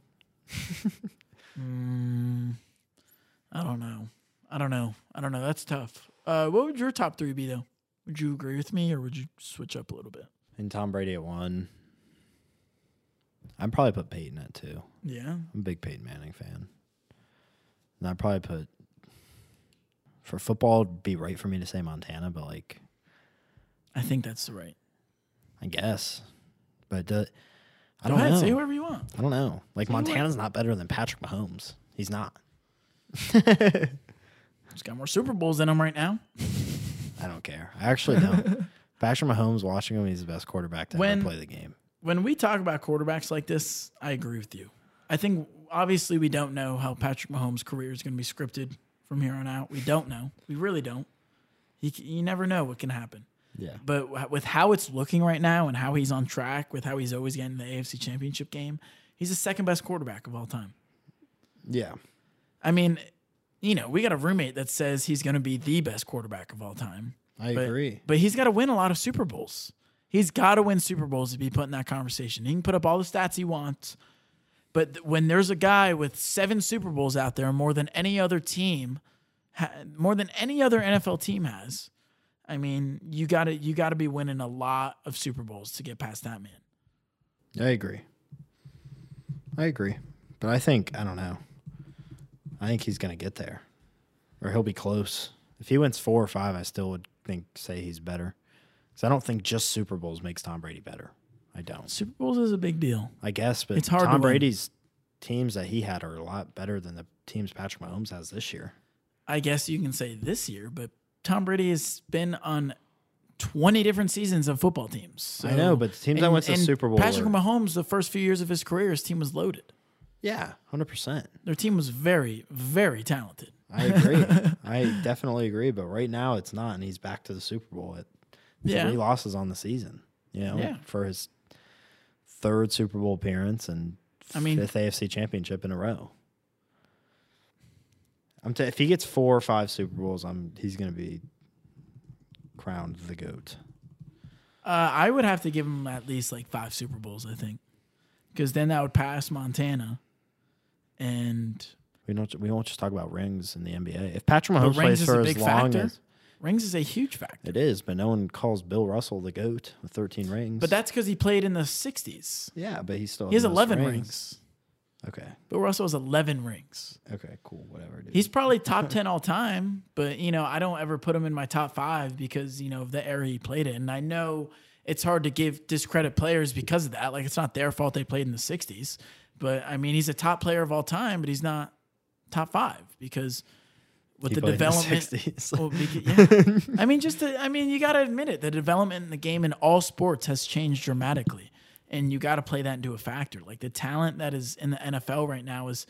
Mm, I don't know. I don't know. I don't know. That's tough. Uh, what would your top three be though? Would you agree with me, or would you switch up a little bit?
And Tom Brady at one. I'd probably put Peyton at two.
Yeah.
I'm a big Peyton Manning fan. And I'd probably put for football it'd be right for me to say Montana, but like
I think that's the right.
I guess. But uh, I
Go
don't
ahead,
know.
say whoever you want.
I don't know. Like
what-
Montana's not better than Patrick Mahomes. He's not.
He's got more Super Bowls than him right now.
I don't care. I actually [LAUGHS] don't. Patrick Mahomes watching him, he's the best quarterback to
When-
ever play the game.
When we talk about quarterbacks like this, I agree with you. I think obviously we don't know how Patrick Mahomes' career is going to be scripted from here on out. We don't know. We really don't. He, c- you never know what can happen.
Yeah.
But wh- with how it's looking right now and how he's on track, with how he's always getting the AFC Championship game, he's the second best quarterback of all time.
Yeah.
I mean, you know, we got a roommate that says he's going to be the best quarterback of all time.
I
But,
agree.
But he's got to win a lot of Super Bowls. He's got to win Super Bowls to be put in that conversation. He can put up all the stats he wants. But th- when there's a guy with seven Super Bowls out there, more than any other team, ha- more than any other NFL team has, I mean, you got to you got to be winning a lot of Super Bowls to get past that man.
I agree. I agree. But I think I don't know. I think he's gonna get there. Or he'll be close. If he wins four or five, I still would think say he's better. Because I don't think just Super Bowls makes Tom Brady better. I don't.
Super Bowls is a big deal.
I guess, but
It's hard to
Tom
win.
Brady's teams that he had are a lot better than the teams Patrick Mahomes has this year.
I guess you can say this year, but Tom Brady has been on 20 different seasons of football teams.
I know, but the teams that went to the Super Bowl
Patrick
were-
Mahomes, the first few years of his career, his team was loaded.
Yeah, hundred percent.
Their team was very, very talented.
I
[LAUGHS]
agree. I definitely agree. But right now, it's not, and he's back to the Super Bowl at
Yeah.
three losses on the season. You know,
Yeah.
for his third Super Bowl appearance and
I mean-
fifth AFC Championship in a row. I'm t- if he gets four or five Super Bowls, I'm he's going to be crowned the goat.
Uh, I would have to give him at least like five Super Bowls, I think, because then that would pass Montana. And
We don't. We won't just talk about rings in the NBA. If Patrick
but rings
Mahomes plays
is
for
a
as
big
long
factor.
as
rings is a huge factor.
it is, but no one calls Bill Russell the goat with 13 rings.
But that's because he played in the 60s.
yeah, but he still
He has
the most
11 rings.
Okay.
Bill Russell has 11 rings.
Okay, cool. Whatever. Dude.
He's probably top 10 all time, but you know, I don't ever put him in my top 5 because, you know, of the era he played in. And I know it's hard to give discredit players because of that. Like it's not their fault they played in the 60s, but I mean, he's a top player of all time, but he's not top 5 because with
He
the
played in the
development [LAUGHS]
60s.
Well, beca- yeah.
[LAUGHS]
I mean, just the, I mean, you got to admit it. The development in the game in all sports has changed dramatically, and you got to play that into a factor. Like the talent that is in the NFL right now is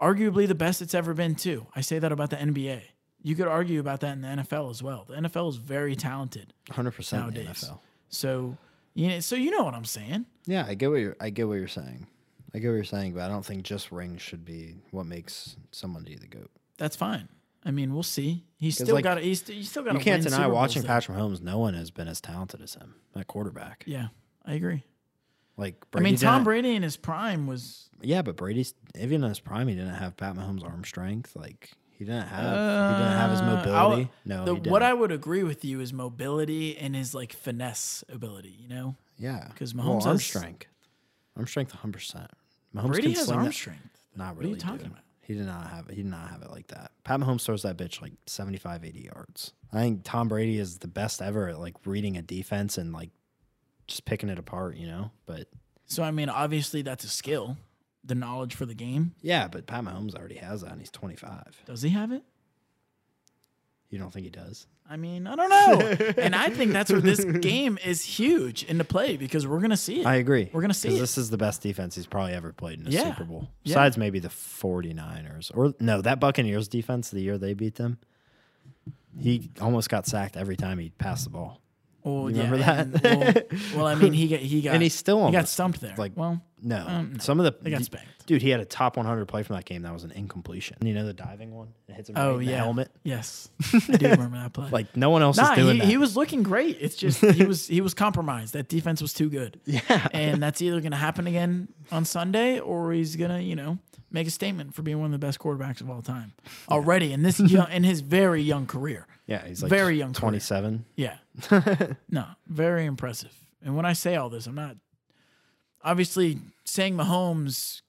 arguably the best it's ever been too. I say that about the NBA. You could argue about that in the NFL as well. The NFL is very talented
hundred percent in the
nowadays.
NFL.
So, you know, so you know what I'm saying.
Yeah, I get what you're. I get what you're saying. I get what you're saying, but I don't think just rings should be what makes somebody the goat.
That's fine. I mean, we'll see. He's
'Cause,
still
like,
got. He's, he's still got.
You can't deny watching Patrick Mahomes. No one has been as talented as him at quarterback.
Yeah, I agree.
Like
I mean, Tom
didn't-
Brady in his prime was.
Yeah, but Brady's even in his prime, he didn't have Pat Mahomes' arm strength. Like he didn't have he didn't have his
Uh, I'll-
mobility. no,
The,
he didn't.
what I would agree with you is mobility and his like finesse ability. You know,
yeah,
'cause
Well,
Mahomes
arm
has-
strength, arm strength, one hundred percent. Mahomes
Brady
can
has
sling
arm
that-
strength.
Not
are you
really.
talking
dude.
about?
He did not have it. He did not have it like that. Pat Mahomes throws that bitch like 75, 80 yards. I think Tom Brady is the best ever at like reading a defense and like just picking it apart, you know. But
So I mean, obviously that's a skill, the knowledge for the game.
yeah, but Pat Mahomes already has that, and he's twenty five.
Does he have it?
You don't think he does?
I mean, I don't
[LAUGHS]
know. and I think that's where this game is huge into play because we're gonna see it.
I agree.
We're gonna see
'Cause
it.
This is the best defense he's probably ever played in a
Yeah.
Super Bowl.
Yeah.
Besides maybe the 49ers. Or no, that Buccaneers defense the year they beat them. He almost got sacked every time he passed the ball.
well,
you remember
and-
that?
well, well, I mean, he got he got
[LAUGHS] And he still
he got
almost,
stumped there.
like,
well,
No.
Um, no.
Some of the
They got spanked.
Dude, he had a top 100 play from that game that was an incompletion. You know the diving one? It hits him right
oh
in
yeah,
the helmet. [LAUGHS]
Yes, I do remember that play.
Like no one else
nah,
is doing
he,
that.
he was looking great. It's just he was he was compromised. That defense was too good.
[LAUGHS] yeah.
and that's either going to happen again on Sunday or he's going to, you know, make a statement for being one of the best quarterbacks of all time already in this young, in his very young career.
yeah, he's like
Very young career.
27.
Yeah.
[LAUGHS]
no, very impressive. And when I say all this, I'm not obviously saying Mahomes,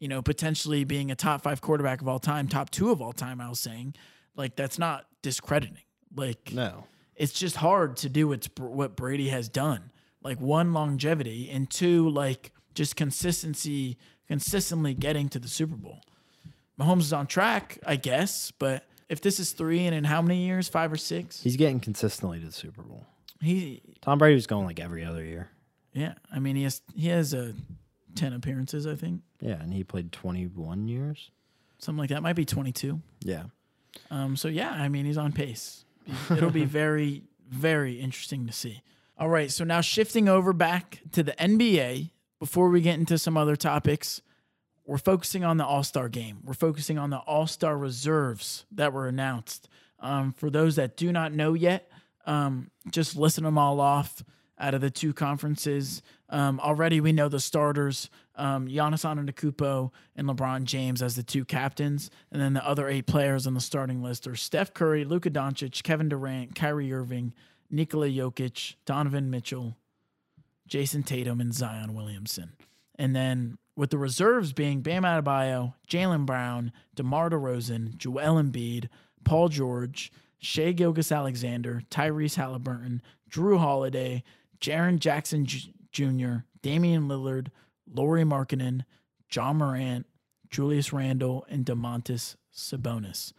you know, potentially being a top 5 quarterback of all time, top 2 of all time, I was saying, like that's not discrediting. Like
No.
it's just hard to do what's, what Brady has done. Like one longevity and two like just consistency, consistently getting to the Super Bowl. Mahomes is on track, I guess, but if this is three and in how many years, five or six,
He's getting consistently to the Super Bowl.
he,
Tom Brady was going like every other year.
yeah, I mean he has he has uh, ten appearances, I think,
Yeah, and he played 21 years.
something like that. Might be twenty two.
Yeah.
Um, so yeah, I mean he's on pace. It'll be very, very interesting to see. All right, so now shifting over back to the NBA. Before we get into some other topics, we're focusing on the All Star game. We're focusing on the All Star reserves that were announced. Um, for those that do not know yet, um, just listen them all off out of the two conferences. Um, already we know the starters, um, Giannis Antetokounmpo and LeBron James as the two captains, and then the other eight players on the starting list are Steph Curry, Luka Doncic, Kevin Durant, Kyrie Irving, Nikola Jokic, Donovan Mitchell, Jason Tatum, and Zion Williamson. And then with the reserves being Bam Adebayo, Jalen Brown, DeMar DeRozan, Joel Embiid, Paul George, Shea Gilgis Alexander, Tyrese Halliburton, Drew Holiday, Jaron Jackson J- Jr., Damian Lillard, Laurie Markinen, John Morant, Julius Randle, and DeMontis Sabonis.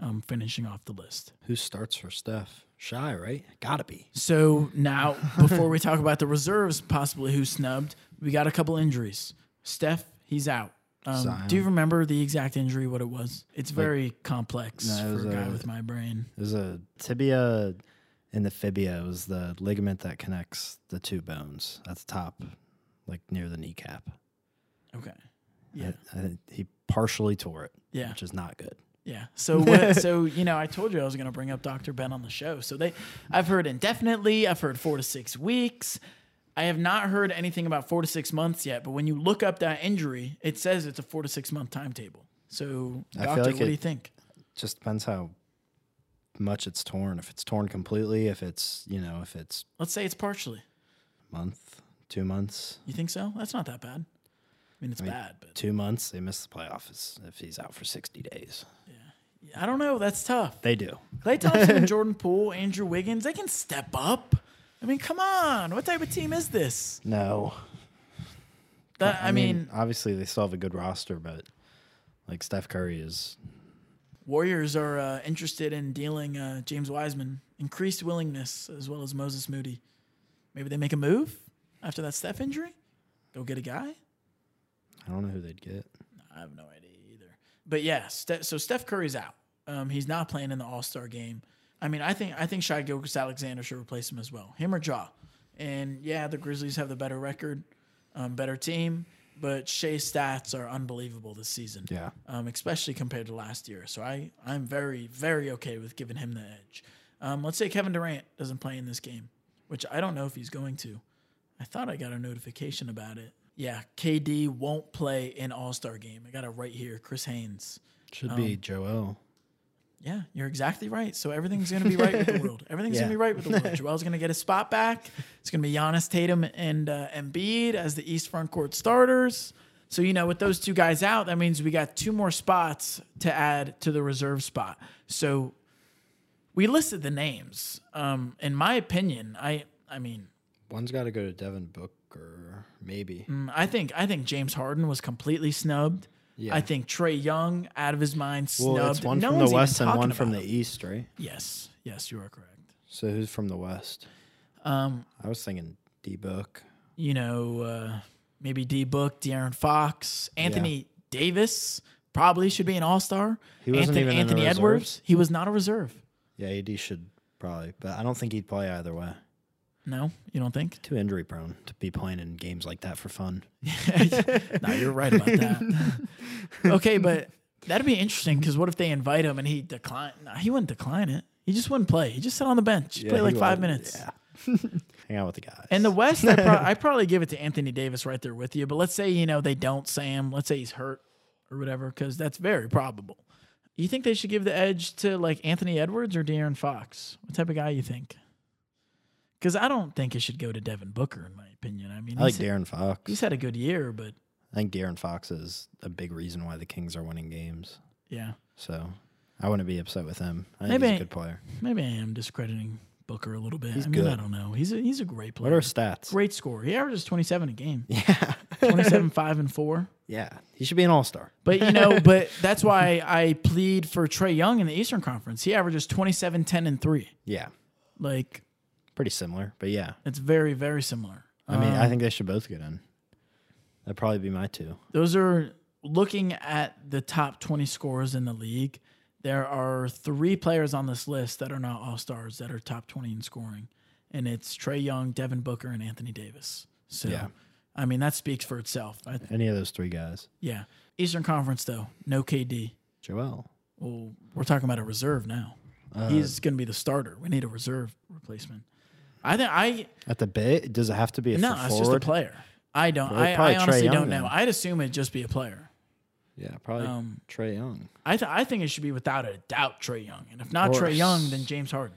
Um, finishing off the list.
Who starts for Steph? Shy, right? Gotta be.
So now, before we talk about the reserves, possibly who snubbed, we got a couple injuries. Steph, he's out. Um,
Zion.
do you remember the exact injury? What it was? It's very complex
No, it was uh,
for a guy
a-
with my brain.
There's a tibia and the fibia was the ligament that connects the two bones at the top, like near the kneecap.
Okay. Yeah.
I, I think he partially tore it,
Yeah.
which is not good.
Yeah.
[LAUGHS]
So what, so you know, I told you I was going to bring up Dr. Ben on the show. So they I've heard indefinitely, I've heard 4 to 6 weeks. I have not heard anything about 4 to 6 months yet, but when you look up that injury, it says it's a 4 to 6 month timetable. So
I feel
doctor,
like
what do
it-
you think?
Just depends how much it's torn. If it's torn completely, if it's, you know, if it's
Let's say it's partially.
a month, two months,
You think so? That's not that bad. I mean, it's bad, but
two months, they miss the playoffs if he's out for 60 days.
I don't know. That's tough.
They do.
Clay Thompson [LAUGHS] and Jordan Poole, Andrew Wiggins, they can step up. I mean, come on. What type of team is this?
No.
That, I, mean,
obviously they still have a good roster, but like Steph Curry is
Warriors are uh, interested in dealing uh, James Wiseman. Increased willingness as well as Moses Moody. Maybe they make a move after that Steph injury. Go get a guy.
I don't know who they'd get.
I have no idea either. But yeah, Ste- so Steph Curry's out. Um, he's not playing in the All Star game. I mean, I think I think Shai Gilgis Alexander should replace him as well, him or Jaw. And yeah, the Grizzlies have the better record, um, better team, But Shea's stats are unbelievable this season,
Yeah.
um, especially compared to last year. So I, I'm very, very okay with giving him the edge. Um, let's say Kevin Durant doesn't play in this game, which I don't know if he's going to. I thought I got a notification about it. Yeah, KD won't play in All Star game. I got it right here. Chris Haynes.
Should
Um,
be Joel.
Yeah, you're exactly right. So everything's going to be right with the
[LAUGHS]
world. Everything's going to
Yeah.
be right with the
[LAUGHS]
world. Joel's going to get his spot back. It's going to be Giannis, Tatum, and uh, Embiid as the East front court starters. So, you know, with those two guys out, that means we got two more spots to add to the reserve spot. So we listed the names. Um, in my opinion, I I mean,
One's got to go to Devin Booker, maybe.
mm, I think I think James Harden was completely snubbed.
Yeah.
I think Trey Young out of his mind
Well,
snubbed.
it's one
No
from
one's
the
even
West and
talking
one from
about
the
him.
East, right?
Yes, yes, you are correct.
So who's from the West?
Um,
I was thinking D Book.
you know, uh, maybe D Book, De'Aaron Fox, Anthony Davis probably should be an All Star.
He wasn't
Anthony,
even in the
Anthony
reserves.
Edwards. He was not a reserve.
Yeah, AD should probably, but I don't think he'd play either way.
No, you don't
[LAUGHS]
think?
Too injury prone to be playing in games like that for fun.
no, you're right about that.
[LAUGHS]
okay, but that'd be interesting because what if they invite him and he decline? No, he wouldn't decline it. He just wouldn't play. He just sat on the bench. Just play
he
like five
would.
minutes.
Yeah. [LAUGHS] Hang out with the guys.
In the West, I,
[LAUGHS]
pro- I probably give it to Anthony Davis right there with you. But let's say you know they don't Sam. Let's say he's hurt or whatever, because that's very probable. You think they should give the edge to like Anthony Edwards or De'Aaron Fox? What type of guy you think? Because I don't think it should go to Devin Booker, in my opinion. I mean,
I like
he's,
Darren Fox.
he's had a good year, but
I think Darren Fox is a big reason why the Kings are winning games.
yeah,
So I wouldn't be upset with him. I think he's
Maybe-
a good player.
maybe I am discrediting Booker a little bit.
He's
I mean, I
good.
don't know. He's a, he's a great
What are
player,
his stats?
great scorer. He averages twenty seven a game,
[LAUGHS] Yeah.
twenty seven five and four.
yeah. He should be an all star.
But you know, but that's why I plead for Trey Young in the Eastern Conference. He averages 27, 10, and 3.
Yeah.
Like
Pretty similar. But yeah.
it's very, very similar. Uh,
I mean,
Um,
I think they should both get in. That'd probably be my two.
Those are looking at the top 20 scorers in the league. There are three players on this list that are not all stars that are top 20 in scoring. And it's Trey Young, Devin Booker, and Anthony Davis. So
Yeah.
I mean that speaks for itself. I,
Any of those three guys.
yeah. Eastern Conference though, no KD.
Joel.
Well, we're talking about a reserve now.
Uh,
He's going to be the starter. We need a reserve replacement. I think I
At the bit, does it have to be a
no,
f-
it's just a
forward?
player. I don't.
Well,
I,
probably
I
Trae
honestly
Young
don't
then.
know. I'd assume it'd just be a player.
yeah, probably
Um,
Trey Young.
I th- I think it should be without a doubt Trey Young, and if not
Of
Trey Young,
course.
then James Harden.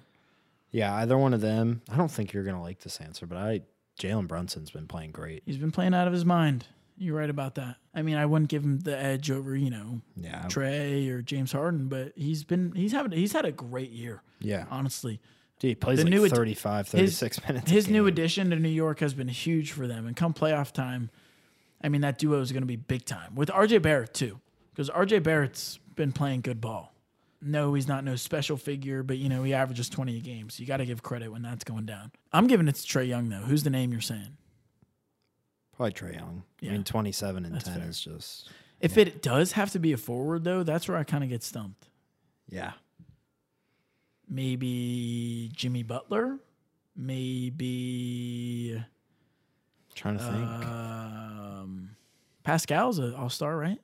Yeah, either one of them. I don't think you're gonna like this answer, but I Jalen Brunson's been playing great.
He's been playing out of his mind. You're right about that. I mean, I wouldn't give him the edge over you know
Yeah,
Trey or James Harden, but he's been he's having he's had a great year.
yeah.
Honestly,
Dude, he plays
Uh, the
like
new ad-
35, 36 minutes. a
his new
game.
addition to New York has been huge for them. And come playoff time, I mean that duo is going to be big time with RJ Barrett too, because RJ Barrett's been playing good ball. No, he's not no special figure, but you know he averages twenty a game, so you got to give credit when that's going down. I'm giving it to Trey Young though. Who's the name you're saying?
probably Trey Young.
Yeah.
I mean, twenty seven and
That's
ten
fair.
is just
If it does have to be a forward though, that's where I kind of get stumped.
yeah.
Maybe Jimmy Butler, maybe
trying to think,
Uh, um, Pascal's an All Star, right?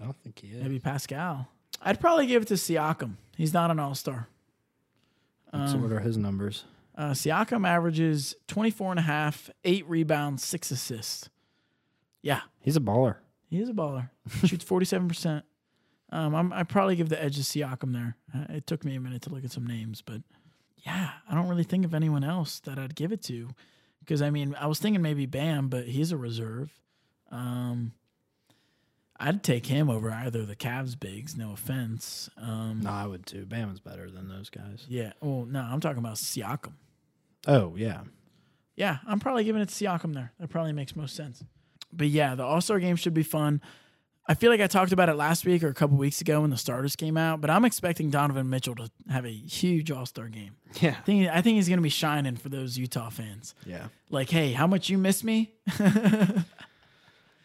I don't think he is.
Maybe Pascal. I'd probably give it to Siakam. He's not an all star.
Let's
Um,
order his numbers.
Uh, Siakam averages 24 and a half, eight rebounds, six assists. Yeah,
He's a baller.
he is a [LAUGHS] baller. Shoots 47%. Um, I'm, I'd probably give the edge to Siakam there. Uh, it took me a minute to look at some names, but yeah, I don't really think of anyone else that I'd give it to. Because, I mean, I was thinking maybe Bam, but he's a reserve. Um, I'd take him over either of the Cavs bigs, no offense. Um,
No, I would too. Bam is better than those guys.
Yeah. Well, no, I'm talking about Siakam.
Oh yeah,
Yeah, I'm probably giving it to Siakam there. That probably makes most sense. But yeah, the All Star game should be fun. I feel like I talked about it last week or a couple weeks ago when the starters came out, but I'm expecting Donovan Mitchell to have a huge All Star game.
yeah,
I think, I think he's going to be shining for those Utah fans.
yeah.
Like, hey, how much you miss me? [LAUGHS]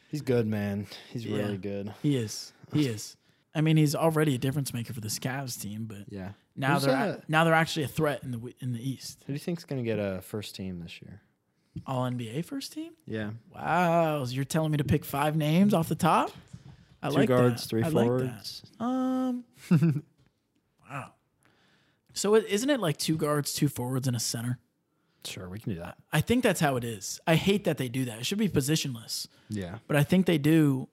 He's good, man. He's
Yeah.
really good.
he is. He is. I mean, he's already a difference maker for this Cavs team, but
Yeah.
now
Who's,
they're
uh,
now they're actually a threat in the w- in the East.
Who do you think's gonna get a first team this year?
All NBA first team?
Yeah.
Wow. so You're telling me to pick five names off the top? I
Two
like
guards,
that.
three
I like that.
forwards.
Um, [LAUGHS] wow. So is isn't it like two guards, two forwards, and a center?
Sure, we can do that.
I think that's how it is. I hate that they do that. It should be positionless,
Yeah.
but I think they do.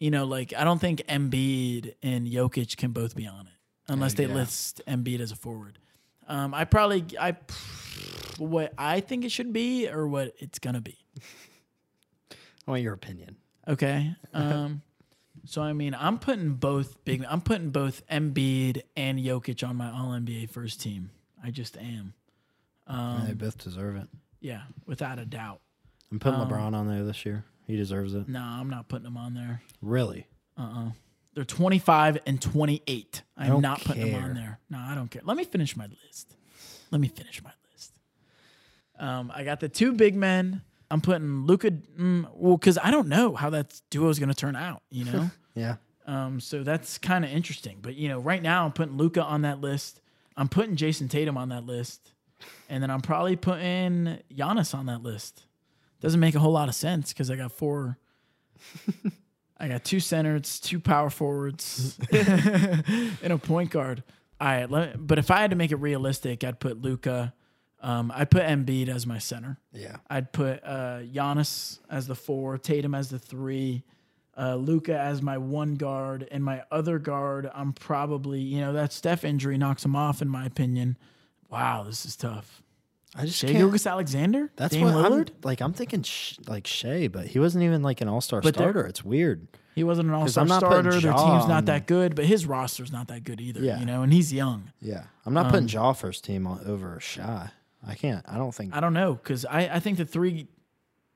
You know, like I don't think Embiid and Jokic can both be on it unless they
yeah.
list Embiid as a forward. Um, I probably I what I think it should be or what it's gonna be.
I want your opinion.
Okay.
[LAUGHS] Uh-huh.
Um, so I mean, I'm putting both big. I'm putting both Embiid and Jokic on my All NBA first team. I just am.
they
Um,
both deserve it.
yeah, without a doubt.
I'm putting
um,
LeBron on there this year. He deserves it.
No, I'm not putting them on there.
Really?
Uh-uh. They're 25 and 28. I'm
don't
not putting them
care.
on there. No, I don't care. Let me finish my list. Let me finish my list. Um, I got the two big men. I'm putting Luca. Mm, well, because I don't know how that duo is going to turn out. You
[LAUGHS]
know.
Yeah.
Um, so that's kind of interesting. But you know, right now I'm putting Luca on that list. I'm putting Jason Tatum on that list, and then I'm probably putting Giannis on that list. Doesn't make a whole lot of sense because I got four. [LAUGHS] I got two centers, two power forwards, [LAUGHS] and a point guard. All right, let, but if I had to make it realistic, I'd put Luca. Um, I'd put Embiid as my center.
Yeah.
I'd put uh, Giannis as the four, Tatum as the three, uh, Luca as my one guard, and my other guard. I'm probably, you know, that Steph injury knocks him off, in my opinion. Wow, this is tough.
I just
Shea
can't.
Gilgis Alexander,
That's
Dame
what
Lillard.
I'm like. I'm thinking sh- like Shea, but he wasn't even like an All Star
But they're-
starter. It's weird.
he wasn't an All Star
I'm not putting
starter. Their
Ja
team's
on-
not that good, but his roster's not that good either.
Yeah.
You know, and he's young.
Yeah, I'm not
Um,
putting Jaw first team on, over Shy. I can't. I don't think.
I don't know because I, I think the three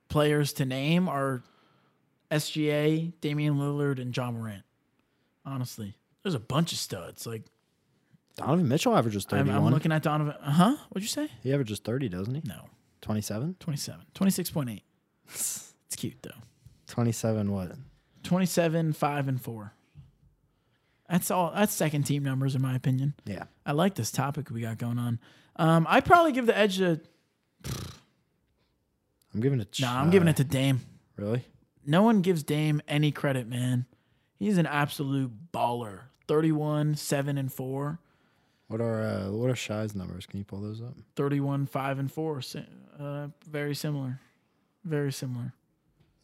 players to name are SGA, Damian Lillard, and John Morant. Honestly, there's a bunch of studs. Like
Donovan Mitchell averages
I'm,
31.
I'm looking at Donovan. Uh huh. What'd you say?
he averages 30, doesn't he?
No,
27.
27, 26.8. It's cute though.
27. What?
27, five and four. That's all. That's second team numbers in my opinion.
Yeah.
I like this topic we got going on. Um, I probably give the edge to.
I'm giving it.
No, nah, I'm giving it to Dame.
Really?
No one gives Dame any credit, man. He's an absolute baller. 31, 7 and 4,
What are uh, what are Shy's numbers? Can you pull those up?
31, 5 and 4. Si- Uh, very similar. Very similar.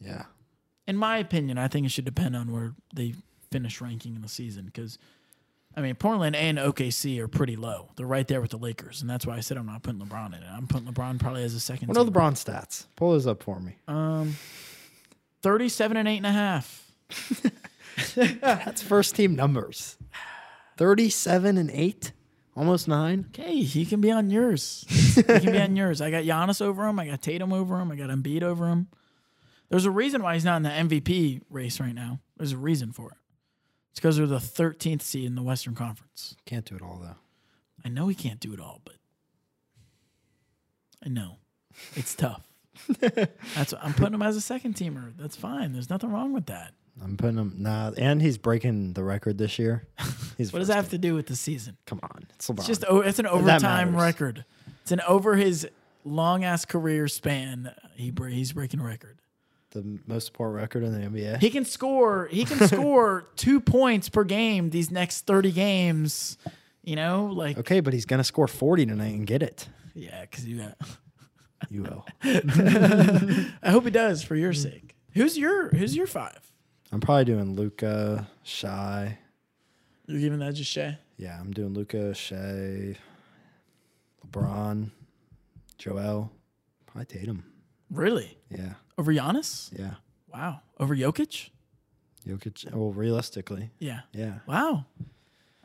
Yeah.
In my opinion, I think it should depend on where they finish ranking in the season because, I mean, Portland and OKC are pretty low. They're right there with the Lakers, and that's why I said I'm not putting LeBron in it. I'm putting LeBron probably as a second.
What are
team.
LeBron stats? Pull those up for me.
Um, 37 and 8 and a half.
That's first team numbers. 37 and eight, almost nine.
Okay, he can be on yours. he can be on yours. I got Giannis over him. I got Tatum over him. I got Embiid over him. There's a reason why he's not in the MVP race right now. There's a reason for it. It's because they're the 13th seed in the Western Conference.
Can't do it all though.
I know he can't do it all, but I know it's
[LAUGHS]
tough. That's I'm putting him as a second teamer. That's fine. There's nothing wrong with that.
I'm putting him nah, and he's breaking the record this year. [LAUGHS] He's
What does
first
that have
team.
to do with the season?
Come on, it's LeBron.
It's just oh, it's an
that
overtime
matters.
record. It's an over his long ass career span. He bre- he's breaking a record.
the most poor record in the NBA.
He can score. He
[LAUGHS]
can score two points per game these next thirty games. You know, like
okay, but he's gonna score 40 tonight and get it.
yeah, because you got.
You will.
I hope he does for
Mm.
your sake. Who's your Who's your five?
I'm probably doing Luca, Shy.
You're giving that just Shay.
Yeah, I'm doing Luca, Shea, LeBron, Joel, probably Tatum.
Really
Yeah,
over Giannis?
yeah.
Wow. Over Jokic?
Jokic. Well, realistically,
Yeah.
yeah.
Wow.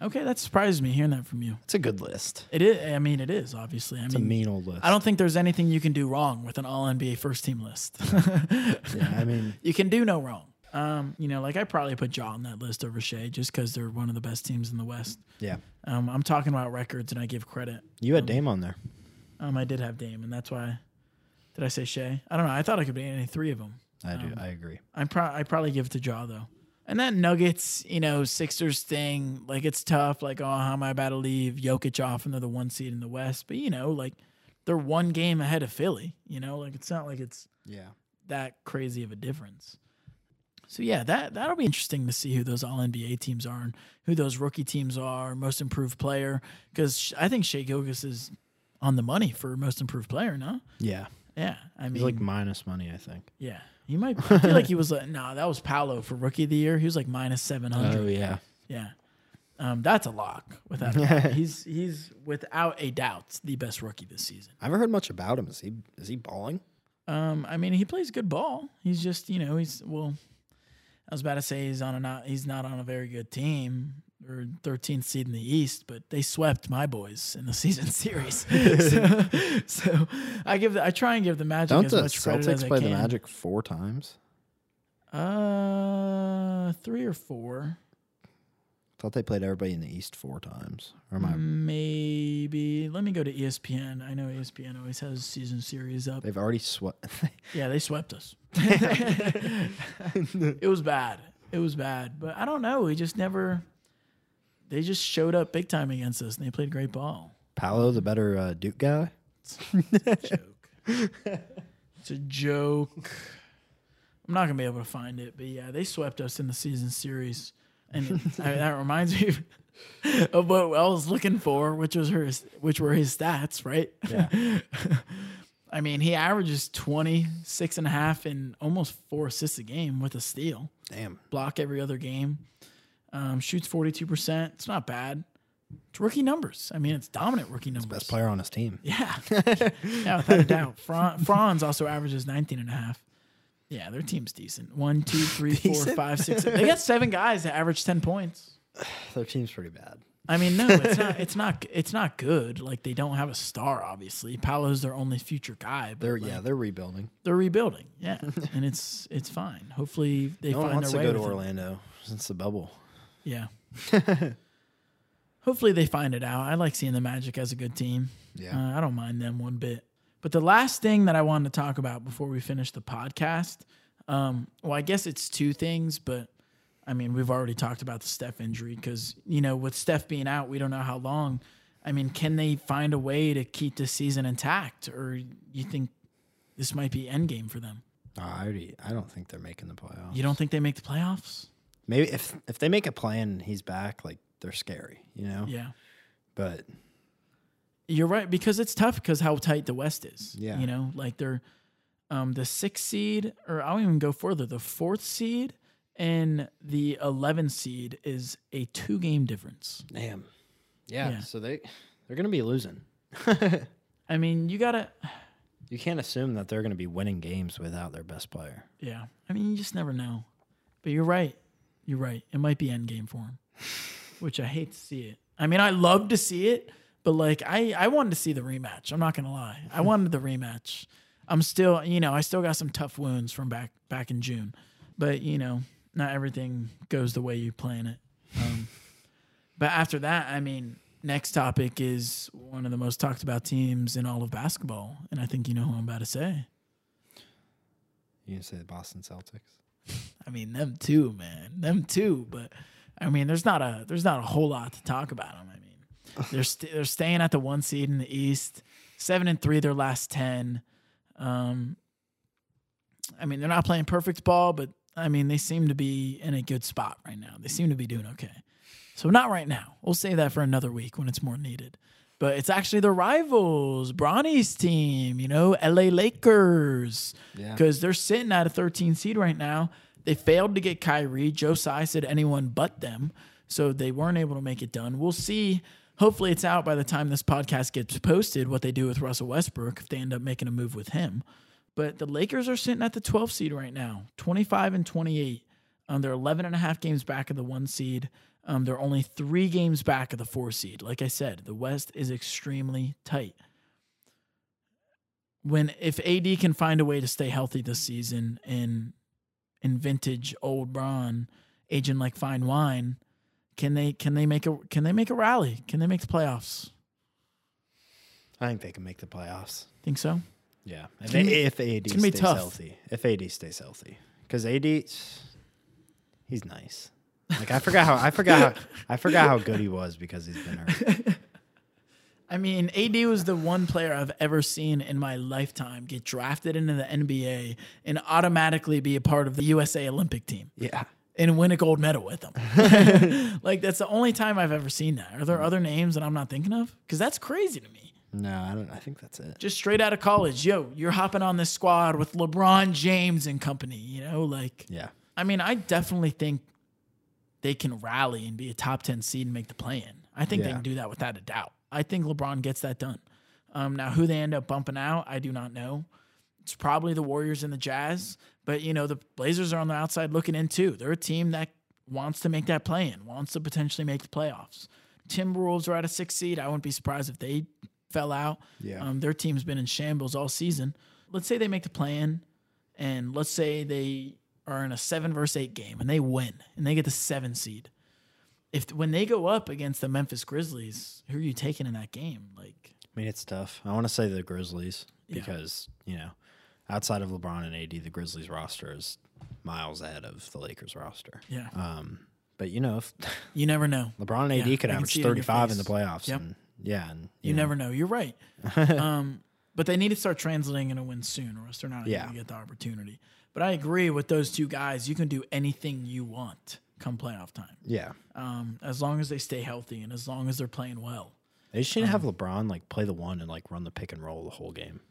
Okay, that surprised me hearing that from you.
It's a good list.
It is. I mean, it is obviously. I
It's a
mean,
mean old list.
I don't think there's anything you can do wrong with an All NBA first team list. [LAUGHS]
Yeah, I mean,
you can do no wrong. Um, you know, like I probably put Jaw on that list over Shea just because they're one of the best teams in the West.
yeah.
Um, I'm talking about records, and I give credit.
You had Dame on there.
Um, I did have Dame, and that's why. Did I say Shea? I don't know. I thought I could be any three of them.
I
Um,
do. I agree.
I'm pro- I probably give it to Jaw though. And that Nuggets, you know, Sixers thing, like it's tough. Like, oh, how am I about to leave Jokic off and they're the one seed in the West? But you know, like they're one game ahead of Philly. You know, like it's not like it's
Yeah.
that crazy of a difference. So yeah, that that'll be interesting to see who those All NBA teams are and who those rookie teams are, most improved player. Because I think Shea Gilgis is on the money for most improved player. No,
Yeah.
yeah, I mean,
He's like minus money, I think.
yeah, he might. I feel like he was like, [LAUGHS] nah, that was Paolo for rookie of the year. He was like minus seven hundred.
Oh, yeah.
Yeah, um, that's a lock
[LAUGHS]
without. A doubt. he's he's without a doubt the best rookie this season.
I haven't heard much about him. Is he is he balling?
Um, I mean, he plays good ball. He's just, you know, he's well. I was about to say he's on a not he's not on a very good team or 13th seed in the East, but they swept my boys in the [LAUGHS] season
[LAUGHS]
series. so, so I give the, I try and give the Magic
Don't
as
the
much credit as
Celtics
I
play the
can.
Magic four times?
Uh, three or four,
thought they played everybody in the East four times. Or am I
Mm. maybe. Let me go to E ESPN. I know ESPN always has season series up.
They've already swept.
Yeah, they swept us. it was bad. It was bad. But I don't know. We just never. They just showed up big time against us, and they played great ball.
[LAUGHS] Paolo, the better uh, Duke guy.
Joke. it's a joke. I'm not gonna be able to find it, but yeah, they swept us in the season series,
[LAUGHS]
and I, that reminds me of what I was looking for, which was her, which were his stats, right?
Yeah.
[LAUGHS] I mean, he averages 26 and a half and almost four assists a game with a steal,
Damn.
block every other game, um, shoots 42%. It's not bad. It's rookie numbers. I mean, it's dominant rookie numbers.
Best player on his team.
Yeah. yeah, without a doubt. Fran- Franz also averages 19 and a half. Yeah, their team's decent. One, two, three, four,
Decent?
five, six, seven. They got seven guys that average 10 points.
[LAUGHS] Their team's pretty bad.
I mean, no, it's not. It's not. It's not good. Like they don't have a star. Obviously, Paolo's their only future guy. But
They're
like,
yeah, they're rebuilding.
they're rebuilding.
[LAUGHS]
Yeah, and it's it's fine. Hopefully they
No one
find
wants
their
to
way.
go to
with it.
Orlando since the bubble.
Yeah.
[LAUGHS]
Hopefully they find it out. I like seeing the Magic as a good team.
Yeah.
Uh, I don't mind them one bit. But the last thing that I wanted to talk about before we finish the podcast, um, well, I guess it's two things, but I mean, we've already talked about the Steph injury because, you know, with Steph being out, we don't know how long. I mean, can they find a way to keep this season intact? Or you think this might be endgame for them?
Oh, I already. I don't think they're making the playoffs.
You don't think they make the playoffs?
Maybe if if they make a plan and he's back, like they're scary, you know.
Yeah.
But
You're right because it's tough because how tight the West is.
Yeah.
you know, like they're um, the sixth seed, or I'll even go further. The fourth seed and the 11 seed is a two game difference.
damn. Yeah.
Yeah.
So they they're gonna be losing.
I mean, you gotta,
You can't assume that they're gonna be winning games without their best player.
yeah. I mean, you just never know. But you're right. You're right. It might be end game for him, [LAUGHS] which I hate to see it. I mean, I love to see it, but like I, I wanted to see the rematch. I'm not gonna lie. I wanted the rematch. I'm still, you know, I still got some tough wounds from back back in June, but you know, not everything goes the way you plan it. Um, [LAUGHS] but after that, I mean, next topic is one of the most talked about teams in all of basketball, and I think you know who I'm about to say.
You can say the Boston Celtics.
I mean, them too, man. Them too. But I mean, there's not a there's not a whole lot to talk about them. I mean, they're st- they're staying at the one seed in the East, seven and three their last ten. Um, I mean, they're not playing perfect ball, but I mean, they seem to be in a good spot right now. They seem to be doing okay. So not right now. We'll save that for another week when it's more needed. But it's actually the rivals, Bronny's team, you know, LA Lakers
Yeah.
because they're sitting at a 13 seed right now. They failed to get Kyrie. Joe Tsai said anyone but them, so they weren't able to make it done. We'll see. Hopefully, it's out by the time this podcast gets posted what they do with Russell Westbrook if they end up making a move with him. But the Lakers are sitting at the 12 seed right now, 25 and 28. Um, they're 11 and a half games back of the one seed. Um, they're only three games back of the four seed. Like I said, the West is extremely tight when if AD can find a way to stay healthy this season in in vintage old Bron, aging like fine wine, can they can they make a can they make a rally? Can they make the playoffs?
I think they can make the playoffs.
Think so?
Yeah, if,
gonna be-
A- if AD
gonna be
stays
tough.
healthy, if AD stays healthy, because AD, he's nice.
[LAUGHS]
Like I forgot how I forgot how I forgot how good he was because he's been hurt.
I mean, AD was the one player I've ever seen in my lifetime get drafted into the NBA and automatically be a part of the USA Olympic team
Yeah.
and win a gold medal with them. like that's the only time I've ever seen that. Are there other names that I'm not thinking of? Because that's crazy to me.
No, I don't. I think that's it.
Just straight out of college, yo, you're hopping on this squad with LeBron James and company. You know, like
Yeah.
I mean, I definitely think they can rally and be a top 10 seed and make the play in. I think they
Yeah.
can do that without a doubt. I think LeBron gets that done. Um, now, who they end up bumping out, I do not know. It's probably the Warriors and the Jazz, but you know, the Blazers are on the outside looking in too. They're a team that wants to make that play in, wants to potentially make the playoffs. Timberwolves are at a six seed. I wouldn't be surprised if they fell out.
Yeah.
Um, their team's been in shambles all season. Let's say they make the play in, and let's say they are in a seven versus eight game and they win and they get the seven seed. If when they go up against the Memphis Grizzlies, who are you taking in that game? Like,
I mean, it's tough. I want to say the Grizzlies
Yeah.
because, you know, outside of LeBron and AD, the Grizzlies roster is miles ahead of the Lakers roster.
yeah,
Um, but, you know, if [LAUGHS]
you never know.
LeBron and AD
Yeah,
could
I can
average
see it in your
35 in the
face.
playoffs.
Yep.
And, yeah. And,
You never know. You're
[LAUGHS]
right. um, but they need to start translating into win soon, or else they're not
Yeah.
going to get the opportunity. But I agree with those two guys. You can do anything you want come playoff time,
Yeah.
um, as long as they stay healthy and as long as they're playing well.
They just need to have LeBron, like, play the one and, like, run the pick and roll the whole game.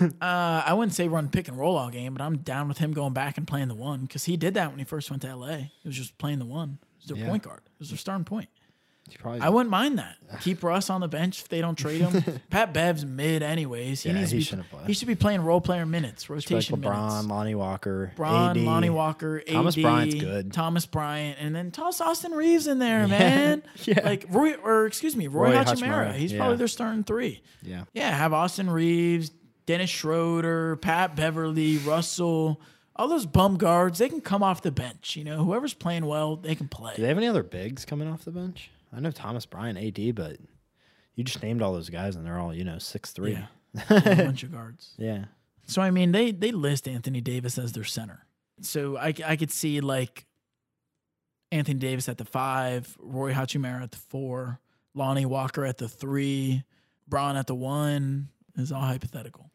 Uh, I wouldn't say run pick and roll all game, but I'm down with him going back and playing the one because he did that when he first went to LA. He was just playing the one. It was their
Yeah.
point guard. It was their starting point.
You probably,
I wouldn't mind
[SIGHS]
that. Keep Russ on the bench if they don't trade
[LAUGHS]
him. Pat Bev's mid anyways. He
Yeah,
needs
he
to be,
shouldn't play.
he should be playing role player minutes,
like,
rotation
LeBron,
minutes.
Lonnie Walker,
Bron,
AD.
Lonnie Walker, AD,
Thomas Bryant's good.
Thomas Bryant, and then toss Austin Reeves in there, man.
[LAUGHS] Yeah.
Like Roy, or excuse me, Roy,
Roy
Hachimura.
Hachimura,
He's
yeah.
probably their starting three.
Yeah.
Yeah, have Austin Reeves, Dennis Schroeder, Pat Beverly, Russell, all those bum guards. They can come off the bench. You know, whoever's playing well, they can play.
Do they have any other bigs coming off the bench? I know Thomas Bryan, AD, but you just named all those guys, and they're all you know six three.
Yeah. a bunch of guards.
[LAUGHS] yeah,
So I mean, they they list Anthony Davis as their center. So I I could see like Anthony Davis at the five, Roy Hachimura at the four, Lonnie Walker at the three, Braun at the one. It's all hypothetical.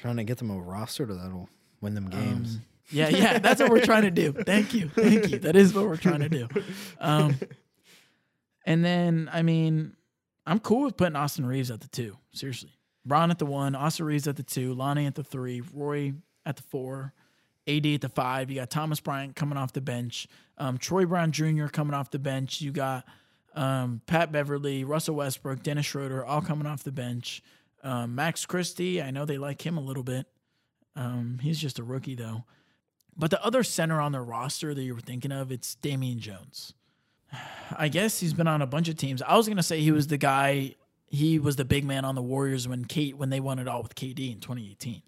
trying to get them a roster to that'll win them games.
Um, [LAUGHS] yeah, yeah, that's what we're trying to do. Thank you, thank you. That is what we're trying to do. Um, and then, I mean, I'm cool with putting Austin Reeves at the two. Seriously, Braun at the one, Austin Reeves at the two, Lonnie at the three, Roy at the four, AD at the five. You got Thomas Bryant coming off the bench, um, Troy Brown Jr. coming off the bench. You got um, Pat Beverly, Russell Westbrook, Dennis Schroeder, all coming off the bench. Um, Max Christie, I know they like him a little bit. Um, he's just a rookie though. But the other center on their roster that you were thinking of, it's Damian Jones. [SIGHS] I guess he's been on a bunch of teams. I was gonna say he was the guy. He was the big man on the Warriors when Kate when they won it all with KD in 2018.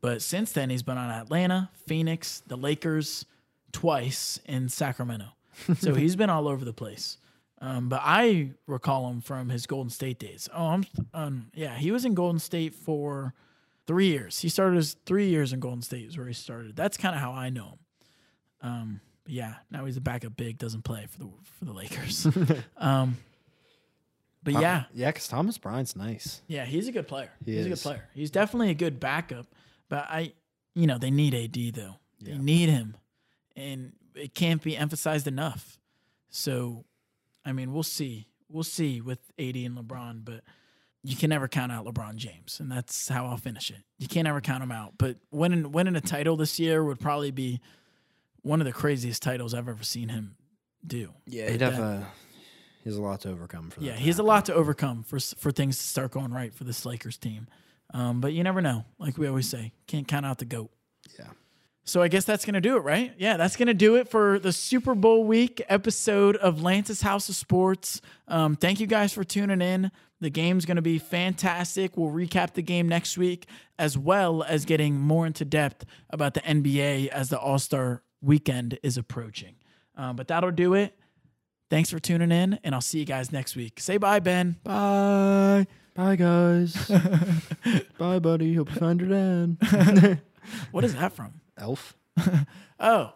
But since then, he's been on Atlanta, Phoenix, the Lakers, twice in Sacramento. so he's been all over the place. Um, but I recall him from his Golden State days. Oh, I'm um, yeah, he was in Golden State for three years. He started his three years in Golden State is where he started. That's kind of how I know him. Um, but yeah, now he's a backup big, doesn't play for the for the Lakers. um, but
Tom-
yeah,
yeah, because Thomas Bryan's nice.
yeah, he's a good player.
He
he's a good
is.
player. He's definitely a good backup, but I, you know, they need AD though. They
Yeah.
need him, and it can't be emphasized enough. So, I mean, we'll see. We'll see with AD and LeBron, but you can never count out LeBron James, and that's how I'll finish it. You can't ever count him out. But winning winning a title this year would probably be one of the craziest titles I've ever seen him do.
Yeah, he'd
But
have
that-
a he has a lot to overcome for that.
yeah,
to
he has a
happen.
lot to overcome for for things to start going right for this Lakers team. Um, but you never know. Like we always say, can't count out the goat.
Yeah.
So I guess that's gonna do it, right? Yeah, that's gonna do it for the Super Bowl week episode of Lance's House of Sports. Um, thank you guys for tuning in. The game's gonna be fantastic. We'll recap the game next week, as well as getting more into depth about the NBA as the All Star Weekend is approaching. Um, but that'll do it. Thanks for tuning in, and I'll see you guys next week. Say bye, Ben. Bye.
Bye [LAUGHS] guys. Bye buddy. Hope you find your dad.
Oh. What is that from?
Elf.
Oh.